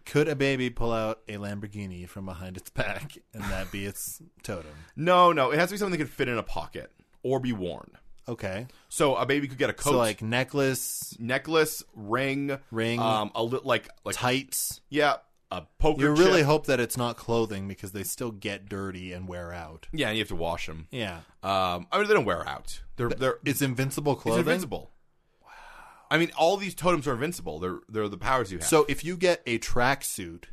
Could a baby pull out a Lamborghini from behind its back and that be its totem?
No, no, it has to be something that could fit in a pocket or be worn.
Okay,
So a baby could get a coat,
so like necklace,
necklace, ring,
Ring.
um, a li- like like
tights.
yeah, a poker.
You really
chip.
hope that it's not clothing because they still get dirty and wear out.
yeah, and you have to wash them.
Yeah,
Um, I mean, they don't wear out. They're they're
it's invincible
it's
clothing.
invincible. Wow. I mean, all these totems are invincible. They're they're the powers you have.
So if you get a tracksuit,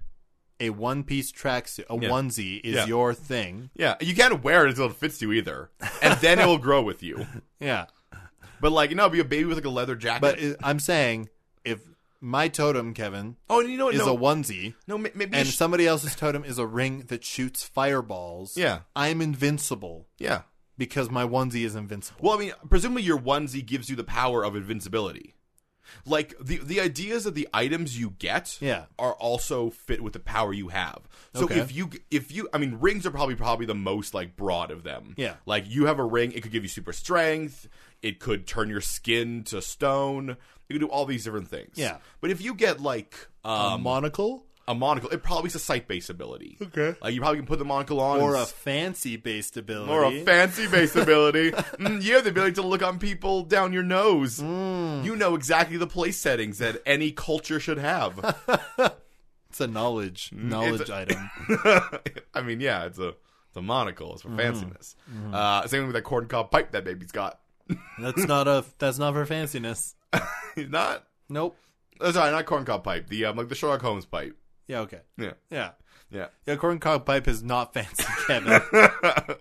a one-piece tracksuit, a
Yeah.
onesie is
Yeah.
your thing.
Yeah, you can't wear it until it fits you either, and then it will grow with you.
Yeah,
But like, no, be a baby with like a leather jacket.
but i- I'm saying if my totem, Kevin,
oh, and you know what?
is
No,
a onesie.
no, ma- maybe.
And
you sh-
somebody else's totem is a ring that shoots fireballs.
Yeah.
I'm invincible
yeah.
because my onesie is invincible.
Well, I mean, presumably your onesie gives you the power of invincibility. Like the the ideas of the items you get,
Yeah.
are also fit with the power you have. So
Okay.
if you if you, I mean, rings are probably probably the most like broad of them.
Yeah.
like you have a ring, it could give you super strength. It could turn your skin to stone. It could do all these different things.
Yeah.
but if you get like um,
a monocle
a monocle. It probably is a sight based ability.
Okay.
Like you probably can put the monocle on.
or
and
a
s-
fancy-based ability.
or a fancy based ability. Mm, you have the ability to look on people down your nose.
Mm.
You know exactly the place settings that any culture should have.
it's a knowledge
Mm,
knowledge item.
I mean, yeah, it's a it's a monocle. It's for
Mm-hmm.
fanciness. Uh, same with that corncob pipe that baby's got.
That's not a that's not for fanciness.
not
Nope.
oh, sorry, not corncob pipe. The um, like the Sherlock Holmes pipe.
Yeah. Okay.
Yeah,
Yeah.
yeah.
Yeah, corncob pipe is not fancy, Kevin.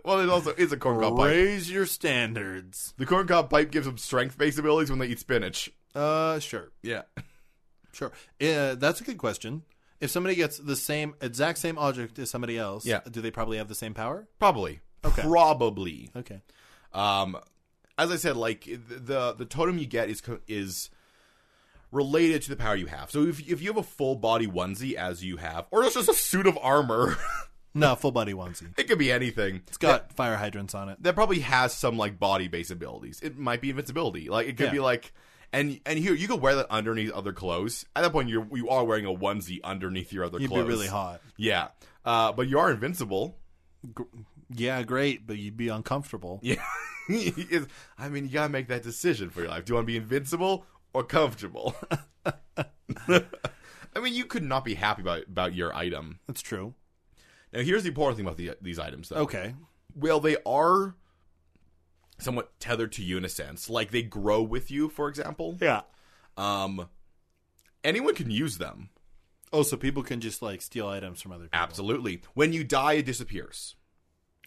well, there's also is a corncob pipe.
Raise your standards.
The corncob pipe gives them strength based abilities when they eat spinach.
Uh, sure,
Yeah.
sure. Uh, that's a good question. If somebody gets the same exact same object as somebody else,
Yeah.
do they probably have the same power?
Probably.
Okay.
Probably.
Okay.
Um, as I said, like the the totem you get is co- is related to the power you have. So if if you have a full body onesie as you have, or it's just a suit of armor,
No, full body onesie.
it could be anything.
It's got fire hydrants on it.
That probably has some like body based abilities. It might be invincibility. Like it could
Yeah.
be like. And, and here you could wear that underneath other clothes. At that point, you you are wearing a onesie underneath your other
You'd
clothes.
be really hot.
Yeah, uh, but you are invincible.
Yeah, great, but you'd be uncomfortable.
Yeah. It's- I mean, you gotta make that decision for your life. Do you want to be invincible or comfortable? I mean, you could not be happy about, about your item.
That's true.
Now, here's the important thing about the, these items, though.
Okay.
Well, they are somewhat tethered to you in a sense. Like, they grow with you, for example.
Yeah.
Um, anyone can use them.
Oh, so people can just like steal items from other people.
Absolutely. When you die, it disappears.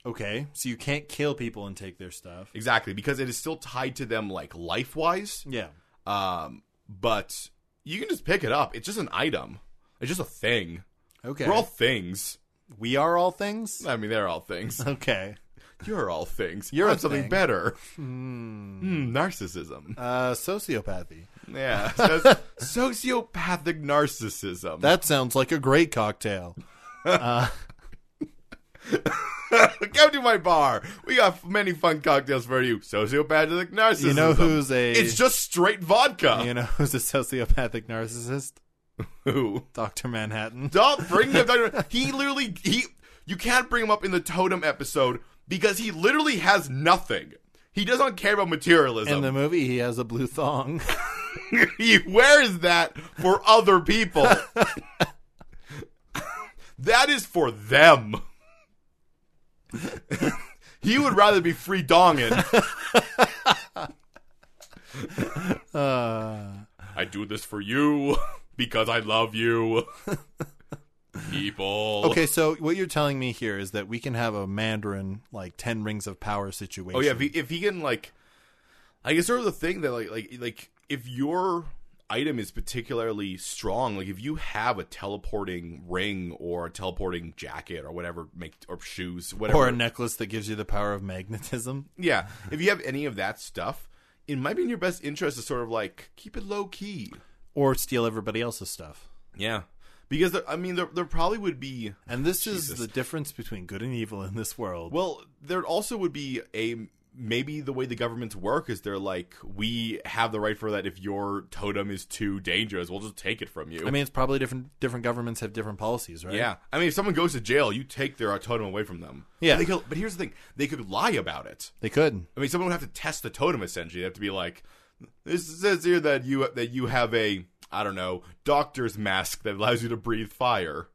Okay. So you can't kill people and take their stuff.
Exactly, because it is still tied to them, like, life wise.
Yeah.
Um, but you can just pick it up. It's just an item. It's just a thing.
Okay.
We're all things.
we are all things.
I mean, they're all things.
Okay.
You're all things.
You're
I'm
a
something
thing.
better. Hmm, narcissism.
Uh, sociopathy.
Yeah, soci- sociopathic narcissism.
That sounds like a great cocktail.
Come to my bar. We got many fun cocktails for you. Sociopathic narcissism.
You know who's a
It's just straight vodka.
you know who's a sociopathic narcissist?
Who?
Doctor Manhattan.
Don't bring him. Down. He literally he. You can't bring him up in the totem episode because he literally has nothing. He doesn't care about materialism.
In the movie, he has a blue thong.
he wears that for other people. that is for them. he would rather be free donging. I do this for you because I love you. People.
Okay, so what you're telling me here is that we can have a Mandarin like ten rings of power situation.
Oh yeah, if he, if he can like, I guess sort of the thing that like like like if your item is particularly strong, like if you have a teleporting ring or a teleporting jacket or whatever, make or shoes, whatever,
or a necklace that gives you the power of magnetism.
yeah, if you have any of that stuff, it might be in your best interest to sort of like keep it low key.
or steal everybody else's stuff.
Yeah, because there, I mean there there probably would be
And this is the difference between good and evil in this world.
Well, there also would be a maybe the way the governments work is they're like we have the right for that if your totem is too dangerous, we'll just take it from you.
I mean, it's probably different. Different governments have different policies, right?
yeah. I mean, if someone goes to jail, you take their uh, totem away from them.
Yeah.
They could, but here's the thing: they could lie about it.
they could.
I mean, someone would have to test the totem. Essentially, they have to be like, "This says here that you that you have a I don't know doctor's mask that allows you to breathe fire."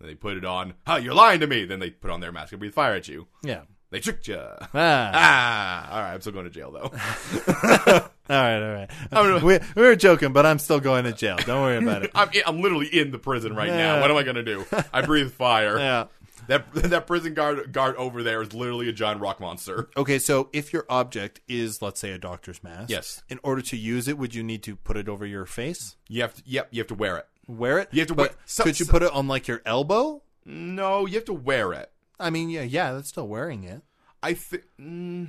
Then they put it on. Oh, you're lying to me. Then they put on their mask and breathe fire at you.
Yeah.
They tricked you.
Ah,
Ah, all right. I'm still going to jail though.
all right, all right. we, we were joking, but I'm still going to jail. Don't worry about it.
I'm in, I'm literally in the prison right now. What am I going to do? I breathe fire.
Yeah.
That that prison guard guard over there is literally a giant rock monster.
Okay, so if your object is, let's say, a doctor's mask,
Yes.
In order to use it, would you need to put it over your face,
You have to, yep. You have to wear it.
wear it?
You have to
But
wear- so-
could you
so-
put it on like your elbow?
No, you have to wear it.
I mean, yeah, yeah, that's still wearing it.
I think. Mm,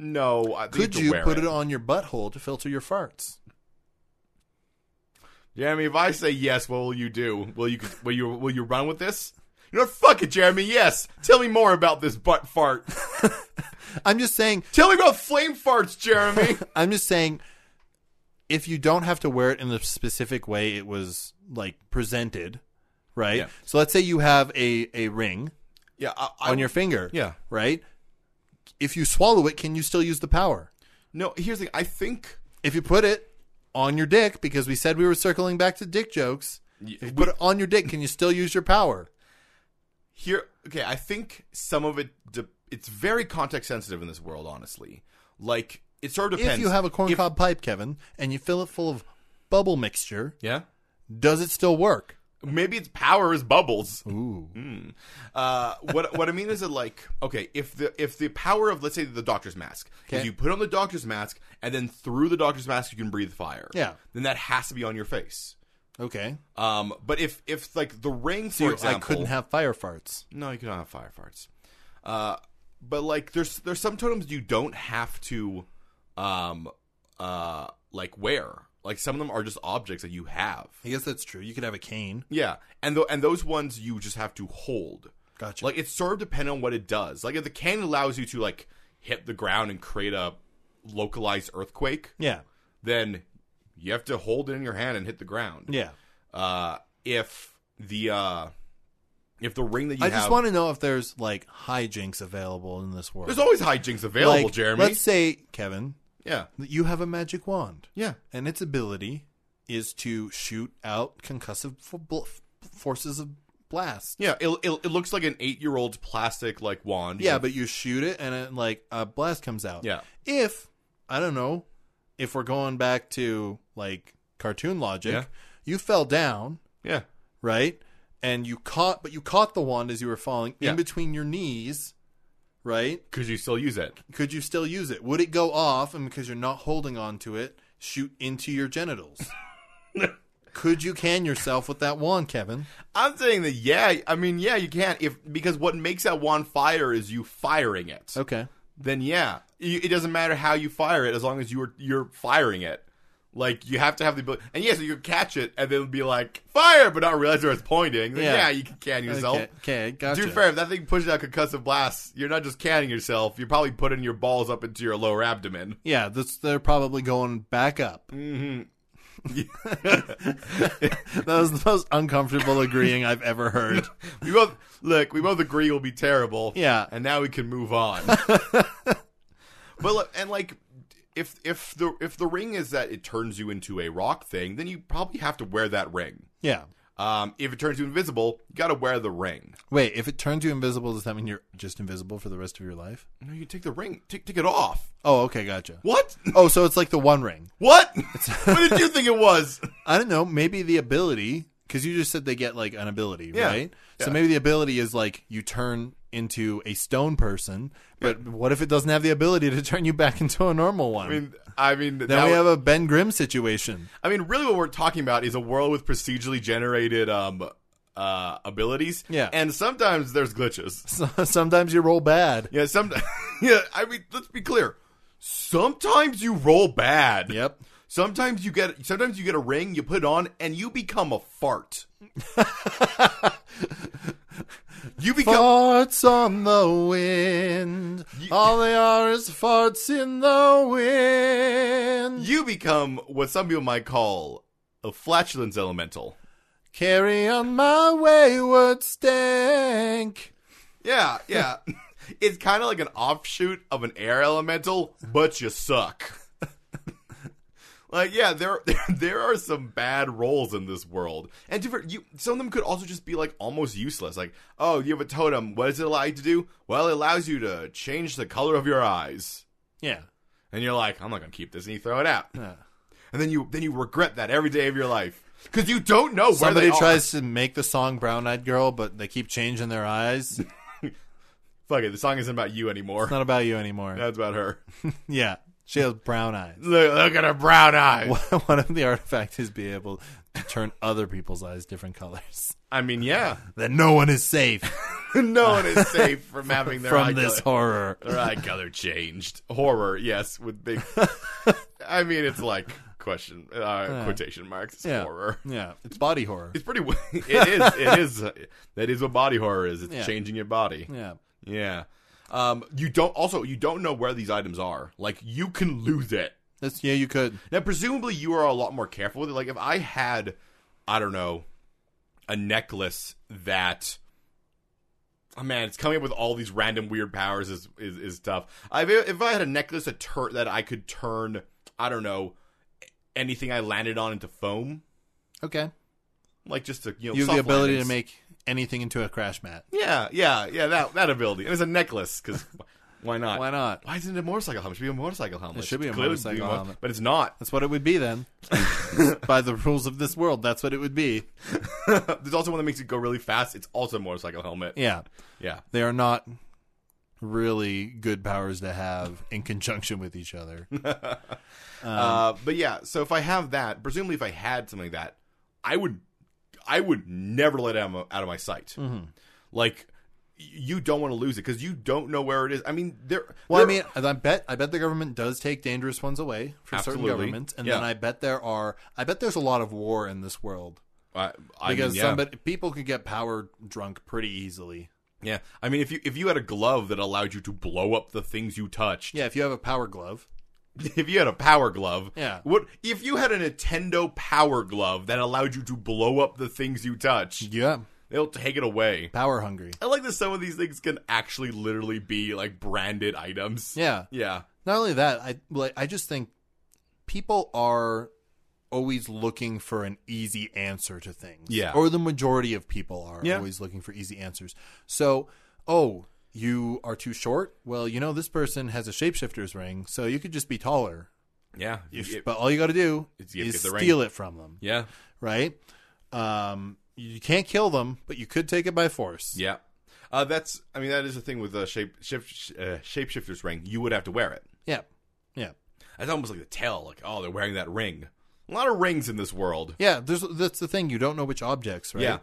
no, I think
Could
have to
you
wear
put it on your butthole to filter your farts?
Jeremy, if I say yes, what will you do? Will you will you will you run with this? You know, what? fuck it, Jeremy. Yes, tell me more about this butt fart.
I'm just saying.
tell me about flame farts, Jeremy.
I'm just saying. If you don't have to wear it in the specific way it was like presented, right?
Yeah.
So let's say you have a a ring
yeah, I, I,
on your finger.
yeah.
Right. If you swallow it, can you still use the power?
No, here's the thing. I think
If you put it on your dick, because we said we were circling back to dick jokes. If you put it on your dick, can you still use your power?
here okay i think some of it de- it's very context sensitive in this world honestly like it sort of depends
If you have a
If-
corncob pipe, Kevin, and you fill it full of bubble mixture,
yeah
does it still work? Mm.
maybe its power is bubbles
Ooh.
uh what what i mean is that like okay if the if the power of let's say the doctor's mask if
Okay.
you put on the doctor's mask and then through the doctor's mask you can breathe fire
Yeah.
then that has to be on your face
Okay.
um but if if like the ring
So
for example
I couldn't have fire farts.
No, you cannot have fire farts. Uh, but like, there's there's some totems you don't have to, um, uh, like wear. Like some of them are just objects that you have.
I guess that's true. You could have a cane.
Yeah, and th- and those ones you just have to hold.
Gotcha.
Like it's sort of dependent on what it does. Like if the cannon allows you to like hit the ground and create a localized earthquake,
yeah,
then you have to hold it in your hand and hit the ground.
yeah.
Uh, if the uh, if the ring that you
I
have,
just want to know if there's like hijinks available in this world.
there's always hijinks available,
Like,
Jeremy.
Let's say Kevin,
Yeah.
that you have a magic wand,
Yeah.
and its ability is to shoot out concussive fo- bl- forces of blast.
Yeah. It, it, it looks like an eight year old's plastic like wand.
Yeah, but you shoot it, and it, like a blast comes out.
Yeah.
If I don't know, if we're going back to like cartoon logic,
Yeah.
you fell down.
Yeah.
right? And you caught, but you caught the wand as you were falling
Yeah.
in between your knees, right?
Could you still use it?
Could you still use it? Would it go off? And because you're not holding on to it, shoot into your genitals. Could you can yourself with that wand, Kevin?
I'm saying that yeah. I mean yeah, you can if because what makes that wand fire is you firing it.
Okay.
Then yeah, you, it doesn't matter how you fire it as long as you're you're firing it. Like you have to have the ability, and yes, you can catch it and then be like fire, but not realize where it's pointing. Then,
Yeah.
yeah. you can can yourself.
Okay, okay gotcha.
To be fair, if that thing pushes out concussive blasts, you're not just canning yourself. You're probably putting your balls up into your lower abdomen.
Yeah, that's, they're probably going back up.
Mm-hmm.
that was the most uncomfortable agreeing I've ever heard.
We both look. We both agree will be terrible.
Yeah.
and now we can move on. but look, and like, if if the if the ring is that it turns you into a rock thing, then you probably have to wear that ring.
Yeah.
Um, if it turns you invisible, you got to wear the ring.
Wait, if it turns you invisible, does that mean you're just invisible for the rest of your life?
No, you take the ring. Take take it off.
Oh, okay, gotcha.
What?
Oh, so it's like the One Ring.
What? what did you think it was?
I don't know. Maybe the ability, because you just said they get like an ability,
Yeah.
right? So
Yeah.
maybe the ability is like you turn into a stone person, but what if it doesn't have the ability to turn you back into a normal one?
I mean, I mean,
then
that
we
would-
have a Ben Grimm situation.
I mean, really, what we're talking about is a world with procedurally generated um uh abilities.
Yeah.
and sometimes there's glitches.
So, sometimes you roll bad.
Yeah, some. Yeah, I mean, let's be clear. Sometimes you roll bad.
Yep.
Sometimes you get sometimes you get a ring, you put it on, and you become a fart. you become
Farts on the wind. All they are is farts in the wind.
you become what some people might call a flatulence elemental.
Carry on my wayward stank.
Yeah, yeah. it's kind of like an offshoot of an air elemental, but you suck. like, yeah, there there are some bad roles in this world, and different. You some of them could also just be like almost useless. Like, oh, you have a totem. What does it allow you to do? Well, it allows you to change the color of your eyes,
Yeah.
and you're like, I'm not gonna keep this, and you throw it out,
Yeah.
and then you then you regret that every day of your life because you don't know where
Somebody
they are.
tries to make the song Brown Eyed Girl, but they keep changing their eyes. It's
Fuck it, the song isn't about you anymore.
not about you anymore.
That's about her.
Yeah. She has brown eyes.
Look, look at her brown eyes.
One of the artifacts is be able to turn other people's eyes different colors.
I mean, yeah.
Then no one is safe
no one is safe from having their eye
from this
color,
horror.
their eye color changed. Horror, yes, with big. I mean, it's like question uh, quotation marks. It's
Yeah.
horror.
Yeah. It's body horror.
It's pretty. w- It is. It is. uh, That is what body horror is. It's
Yeah.
changing your body.
Yeah.
Yeah. Um. You don't. Also, you don't know where these items are. Like you can lose it.
That's yeah, you could.
Now, presumably, you are a lot more careful with it. Like, if I had, I don't know, a necklace that, oh man, it's coming up with all these random weird powers is is, is tough. I if I had a necklace a tur- that I could turn, I don't know, anything I landed on into foam,
Okay.
like just to you know,
You have the
soft
ability
landings.
to make anything into a crash mat.
Yeah, yeah, yeah. That that ability. And it's a necklace because why not?
Why not?
Why isn't it a motorcycle helmet? It should be a motorcycle helmet.
It should be a
Clearly
motorcycle
mo-
helmet.
but it's not.
That's what it would be then. By the rules of this world, that's what it would be.
There's also one that makes it go really fast. It's also a motorcycle helmet.
Yeah.
Yeah.
They are not really good powers to have in conjunction with each other. Um,
Uh, but yeah, so if I have that, presumably if I had something like that, I would, I would never let it out of, out of my sight.
Mm-hmm.
Like y- you don't want to lose it because you don't know where it is. I mean, there.
Well, I
there-
mean, I bet I bet the government does take dangerous ones away for
Absolutely.
certain governments, and
Yeah.
then I bet there are I bet there's a lot of war in this world
I, I
because
mean, yeah.
somebody people can get power drunk pretty easily.
yeah. I mean, if you if you had a glove that allowed you to blow up the things you touched,
Yeah, if you have a power glove,
if you had a power glove,
Yeah.
What if you had a Nintendo power glove that allowed you to blow up the things you touched?
yeah,
They'll take it away.
power hungry.
I like that some of these things can actually literally be like branded items.
Yeah,
Yeah.
not only that, I like I just think people are always looking for an easy answer to things.
Yeah.
Or the majority of people are
Yeah.
always looking for easy answers. So, oh, you are too short? Well, you know this person has a shapeshifter's ring, so you could just be taller.
Yeah.
If-
It-
but all you got to do
It's- you have to
is
get the ring.
steal it from them,
yeah.
right? Um you can't kill them, but you could take it by force.
Yeah. Uh, that's, I mean, that is the thing with the shape, shift, uh, shapeshifter's ring. You would have to wear it.
Yeah. Yeah.
That's almost like the tell. Like, oh, they're wearing that ring. A lot of rings in this world.
Yeah, there's that's the thing. You don't know which objects, right?
Yeah.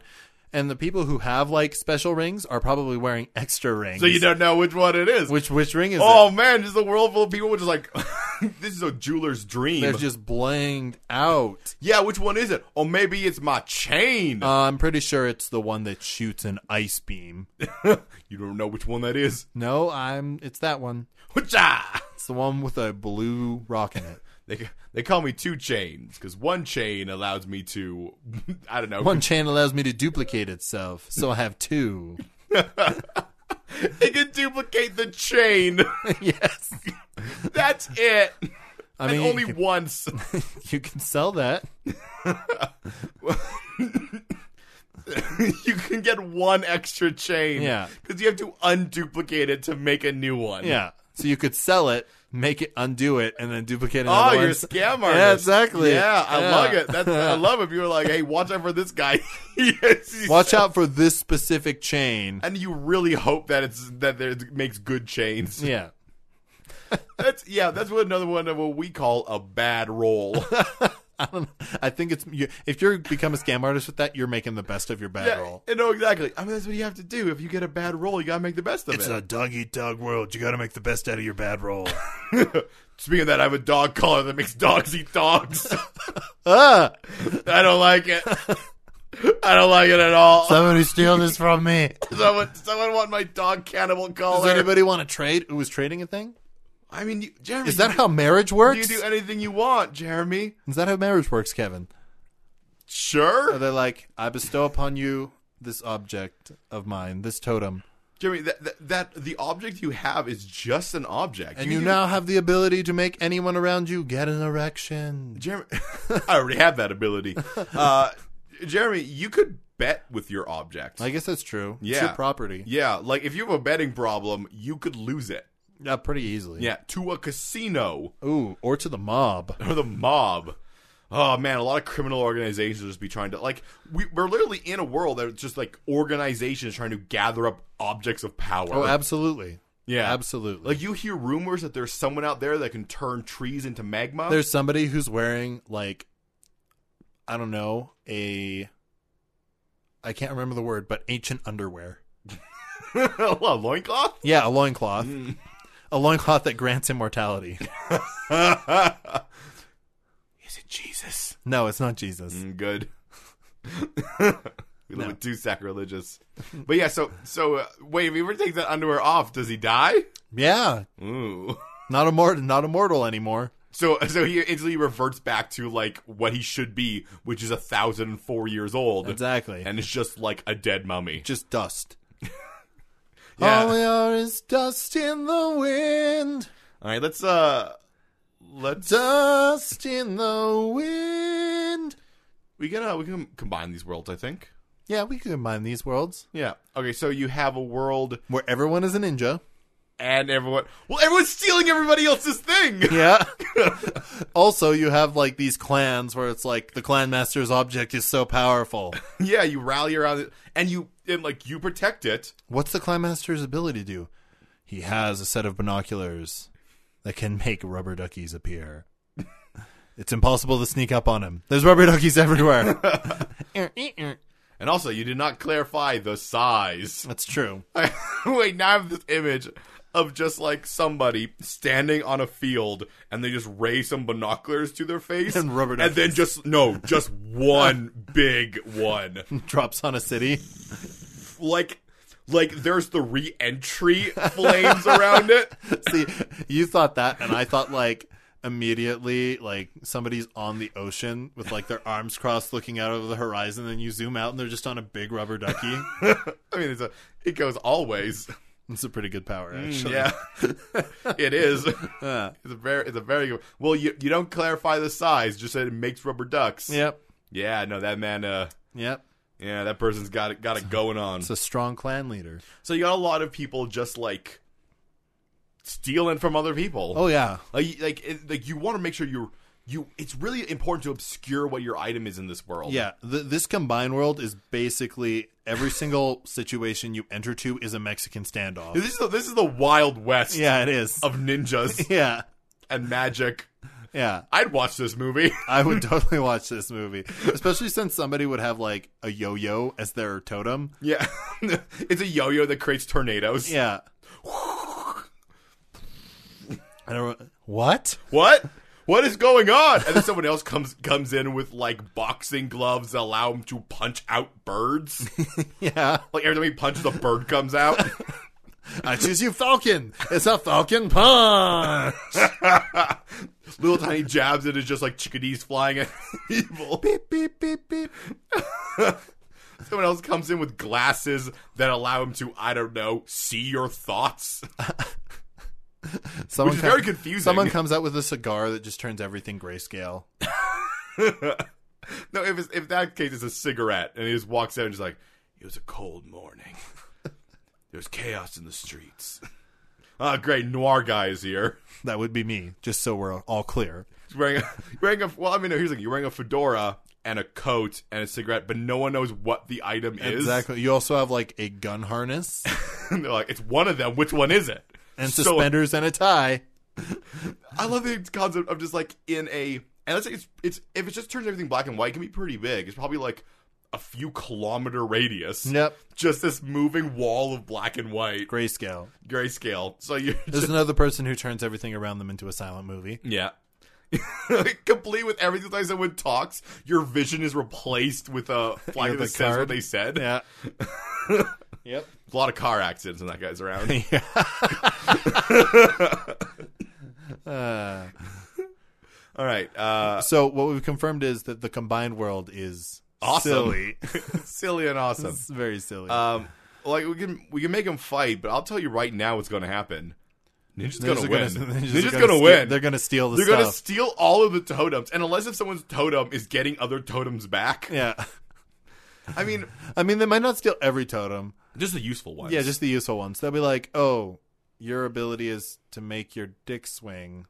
And the people who have like special rings are probably wearing extra rings.
So you don't know which one it is.
which which ring is
oh,
it?
man. Just a world full of people which is like, this is a jeweler's dream.
They're just blinged out.
yeah, which one is it? Or maybe it's my chain.
Uh, I'm pretty sure it's the one that shoots an ice beam.
you don't know which one that is.
No, I'm. It's that one.
Hoo-cha!
It's the one with a blue rock in it.
They they call me two chains because one chain allows me to I don't know
One chain allows me to duplicate itself, so I have two.
it can duplicate the chain.
yes,
That's it.
I
and
mean
only
you, can,
once.
you can sell that.
you can get one extra chain.
Yeah.
because you have to unduplicate it to make a new one.
Yeah, so you could sell it, make it undo it, and then duplicate
Oh,
another
you're
one.
a scam artist.
Yeah, exactly.
Yeah, I
Yeah.
love it. That's I love if you were like, hey, watch out for this guy. Yes, he's-
Watch out for this specific chain.
And you really hope that it's that there- it makes good chains.
Yeah.
That's yeah. That's what another one of what we call a bad roll.
I don't know. I think it's you, if you become a scam artist with that, you're making the best of your bad roll.
You know exactly. I mean, that's what you have to do. If you get a bad roll, you gotta make the best of it.
dog eat dog world. You got to make the best out of your bad roll.
Speaking of that, I have a dog collar that makes dogs eat dogs.
ah,
I don't like it. I don't like it at all.
somebody steal this from me.
someone, someone want my dog cannibal collar?
Does anybody want to trade? Was trading a thing?
I mean, you, Jeremy,
Is that
you,
how marriage works?
you do anything you want, Jeremy?
Is that how marriage works, Kevin? Are
Sure,
they like, I bestow upon you this object of mine, this totem,
Jeremy. That, that, that the object you have is just an object,
and you,
do-
now have the ability to make anyone around you get an erection?
Jeremy. I already have that ability. Uh, Jeremy, you could bet with your object.
I guess that's true. It's
Yeah.
your property.
Yeah, like if you have a betting problem, you could lose it.
Yeah, pretty easily.
Yeah, to a casino
Ooh, or to the mob.
or the mob. Oh man, a lot of criminal organizations will just be trying to like we, we're literally in a world that's just like organizations trying to gather up objects of power.
Oh, absolutely.
yeah,
Absolutely.
Like you hear rumors that there's someone out there that can turn trees into magma.
There's somebody who's wearing like I don't know, a I can't remember the word, but ancient underwear.
a loincloth.
Yeah, a loincloth.
Mm.
A loincloth that grants immortality.
Is it Jesus?
No, it's not Jesus.
Mm, good. we look too sacrilegious. But yeah, so so uh, wait, if he ever takes that underwear off, does he die?
Yeah.
Ooh.
Not immortal not immortal anymore.
So so he instantly reverts back to like what he should be, which is a thousand and four years old,
Exactly.
and it's just like a dead mummy.
Just dust.
Yeah.
All we are is dust in the wind.
All right, let's uh, let's
Dust in the wind.
we can uh, we can combine these worlds, I think.
Yeah, we can combine these worlds
Yeah. Okay, so you have a world,
where everyone is a ninja.
and everyone well, everyone's stealing everybody else's thing.
Yeah. also, you have like these clans where it's like the clan master's object is so powerful.
yeah, you rally around it, and you and like you protect it.
What's the clan master's ability to do? He has a set of binoculars that can make rubber duckies appear. it's impossible to sneak up on him. There's rubber duckies everywhere.
And also, you did not clarify the size.
That's true.
Wait, now I have this image of just like somebody standing on a field and they just raise some binoculars to their face
And rubber
and then just no, just one big one.
Drops on a city.
Like like there's the re-entry flames around it.
See, you thought that, and I thought like immediately like somebody's on the ocean with like their arms crossed looking out over the horizon then you zoom out and they're just on a big rubber ducky
I mean, it's a it goes always.
it's a pretty good power actually
Yeah, it is. It's a very, it's a very good. Well, you you don't clarify the size, just that it makes rubber ducks.
yep
yeah. No, that man. Uh,
yep
yeah, that person's got it, got it going on.
it's a strong clan leader
So you got a lot of people just like stealing from other people.
oh yeah
Like, you- like, it, like you want to make sure you're you. It's really important to obscure what your item is in this world.
yeah Th this combined world is basically every single situation you enter to is a mexican standoff
this is Oh. the, this is the wild west.
yeah it is
of ninjas
yeah
and magic.
yeah
I'd watch this movie.
I would totally watch this movie, especially since somebody would have like a yo-yo as their totem.
yeah, it's a yo-yo that creates tornadoes.
Yeah. I don't. What?
What? What is going on? And then someone else comes comes in with like boxing gloves that allow him to punch out birds.
Yeah.
like every time he punches, a bird comes out.
I choose you, Falcon. It's a Falcon punch.
Little tiny jabs, and it's just like chickadees flying at people.
beep beep beep beep.
Someone else comes in with glasses that allow him to, I don't know, see your thoughts.
Someone
Which is
com-
very confusing.
Someone comes out with a cigar that just turns everything grayscale.
no, if it's, if that case, it's a cigarette, and he just walks out and just like, it was a cold morning. There's chaos in the streets. ah, great, noir guy is here.
That would be me, just so we're all clear.
He's wearing a, wearing a, well, I mean, here's the thing. You're wearing a fedora and a coat and a cigarette, but no one knows what the item is.
Exactly. You also have like a gun harness
and they're like, it's one of them. Which one is it?
and
So-
suspenders and a tie.
I love the concept of just like in a and let's say it's it's if it just turns everything black and white, it can be pretty big. It's probably like a few kilometer radius.
Yep.
Just this moving wall of black and white
Grayscale.
grayscale. So you're
There's
just
another person who turns everything around them into a silent movie.
yeah. Complete with everything like someone talks, your vision is replaced with a flag
With
that
a
says what
card.
they said.
Yeah. yep.
A lot of car accidents when that guy's around.
Yeah. Uh,
All right, uh,
so what we've confirmed is that the combined world is
Awesome.
silly.
silly and awesome.
it's very silly.
Um, like we can we can make him fight, but I'll tell you right now what's going to happen. Ninja's
They're
going to
just
win.
gonna-
Ninja's,
they're just
going to
steal-
win.
They're
They're,
going to steal the
going to
stuff.
steal all of the totems, and unless if someone's totem is getting other totems back,
yeah.
I mean,
I mean, they might not steal every totem.
just the useful ones.
Yeah, just the useful ones. They'll be like, oh, your ability is to make your dick swing.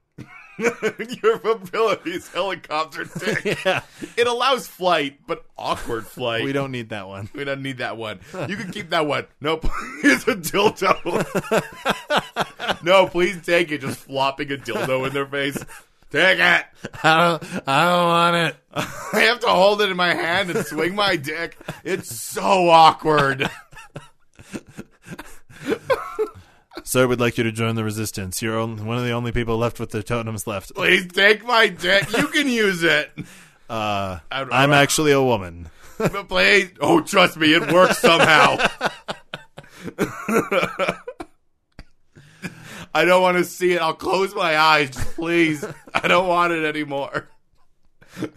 your abilities, helicopter dick.
yeah.
It allows flight, but awkward flight.
We don't need that one.
We don't need that one. You can keep that one. No, here's a dildo. no, please take it. Just flopping a dildo in their face. Take it.
I don't, I don't want it.
I have to hold it in my hand and swing my dick. It's so awkward.
Sir, we'd like you to join the resistance. You're only, one of the only people left with their totems left.
Please take my dick. You can use it.
Uh,
I- I-
I'm actually a woman.
But please. Oh, trust me, it works somehow. I don't want to see it. I'll close my eyes. Just please. I don't want it anymore. But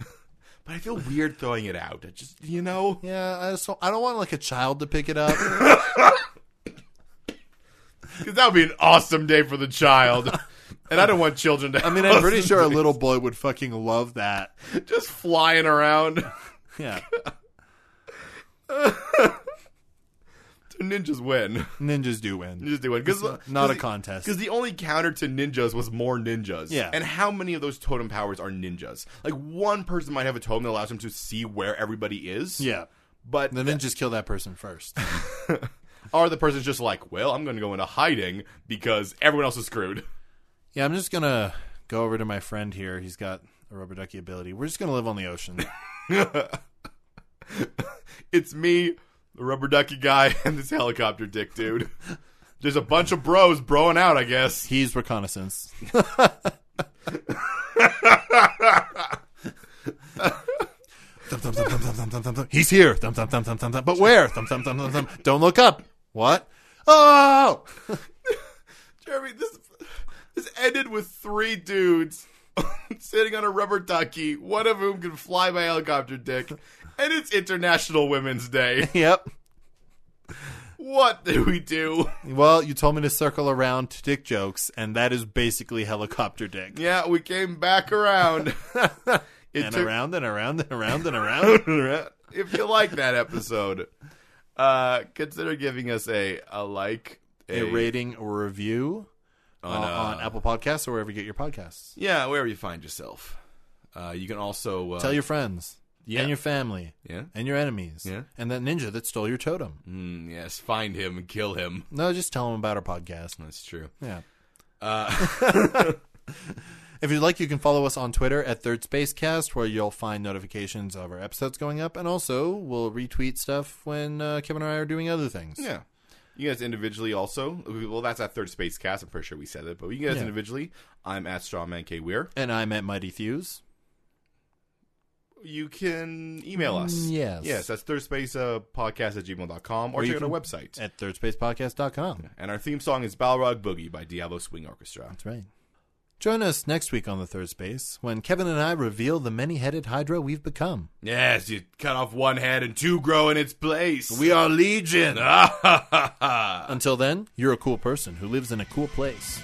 I feel weird throwing it out. It just, you know.
Yeah, I just don't, I don't want like a child to pick it up.
Because that would be an awesome day for the child. And I don't want children to.
I mean, I'm pretty sure a little boy would fucking love that.
Just flying around.
Yeah,
So ninjas win.
ninjas do win.
Ninjas do win. Cause,
Not a contest.
Because the only counter to ninjas was more ninjas.
Yeah.
And how many of those totem powers are ninjas? Like one person might have a totem that allows them to see where everybody is.
Yeah,
But
the ninjas kill that person first.
or the person's just like, well, I'm going to go into hiding because everyone else is screwed.
Yeah, I'm just gonna go over to my friend here. He's got a rubber ducky ability. We're just gonna live on the ocean.
It's me, the rubber ducky guy, and this helicopter dick dude. There's a bunch of bros broing out, I guess.
He's reconnaissance. Thump, thump, thump, thump, thump, thump, thump, thump, thump. He's here. Thump, thump, thump, thump, thump, thump. But where? Thump, thump, thump, thump, thump. Don't look up. What? Oh!
Jeremy, this this ended with three dudes sitting on a rubber ducky, one of whom can fly by helicopter dick, and it's International Women's Day.
Yep.
What do we do?
Well, you told me to circle around to dick jokes, and that is basically helicopter dick.
Yeah, we came back around. It
And
took-
around and around and around and around.
if you like that episode, uh, consider giving us a a like.
a rating or review
On,
uh,
uh,
on Apple Podcasts or wherever you get your podcasts.
yeah, wherever you find yourself. Uh, you can also uh,
Tell your friends
yeah.
and your family
yeah
and your enemies
Yeah.
and that ninja that stole your totem.
Mm, yes find him and kill him.
No, just tell them about our podcast.
That's true.
Yeah.
Uh,
If you'd like, you can follow us on Twitter at Third Space Cast, where you'll find notifications of our episodes going up, and also we'll retweet stuff when uh, Kevin and I are doing other things.
Yeah. You guys individually also. Well, that's at Third Space Cast. I'm pretty sure we said it, but you guys
Yeah.
individually. I'm at Strawman K Weir.
And I'm at Mighty Thews.
You can email us.
Mm, yes.
Yes, that's Third Space uh, Podcast at gmail.com or,
Or you
check out our
can-
website.
at ThirdSpacePodcast.com.
And our theme song is Balrog Boogie by Diablo Swing Orchestra.
That's right. Join us next week on the Third Space when Kevin and I reveal the many-headed Hydra we've become.
Yes, you cut off one head and two grow in its place.
are Legion.
are.
Until then, you're a cool person who lives in a cool place.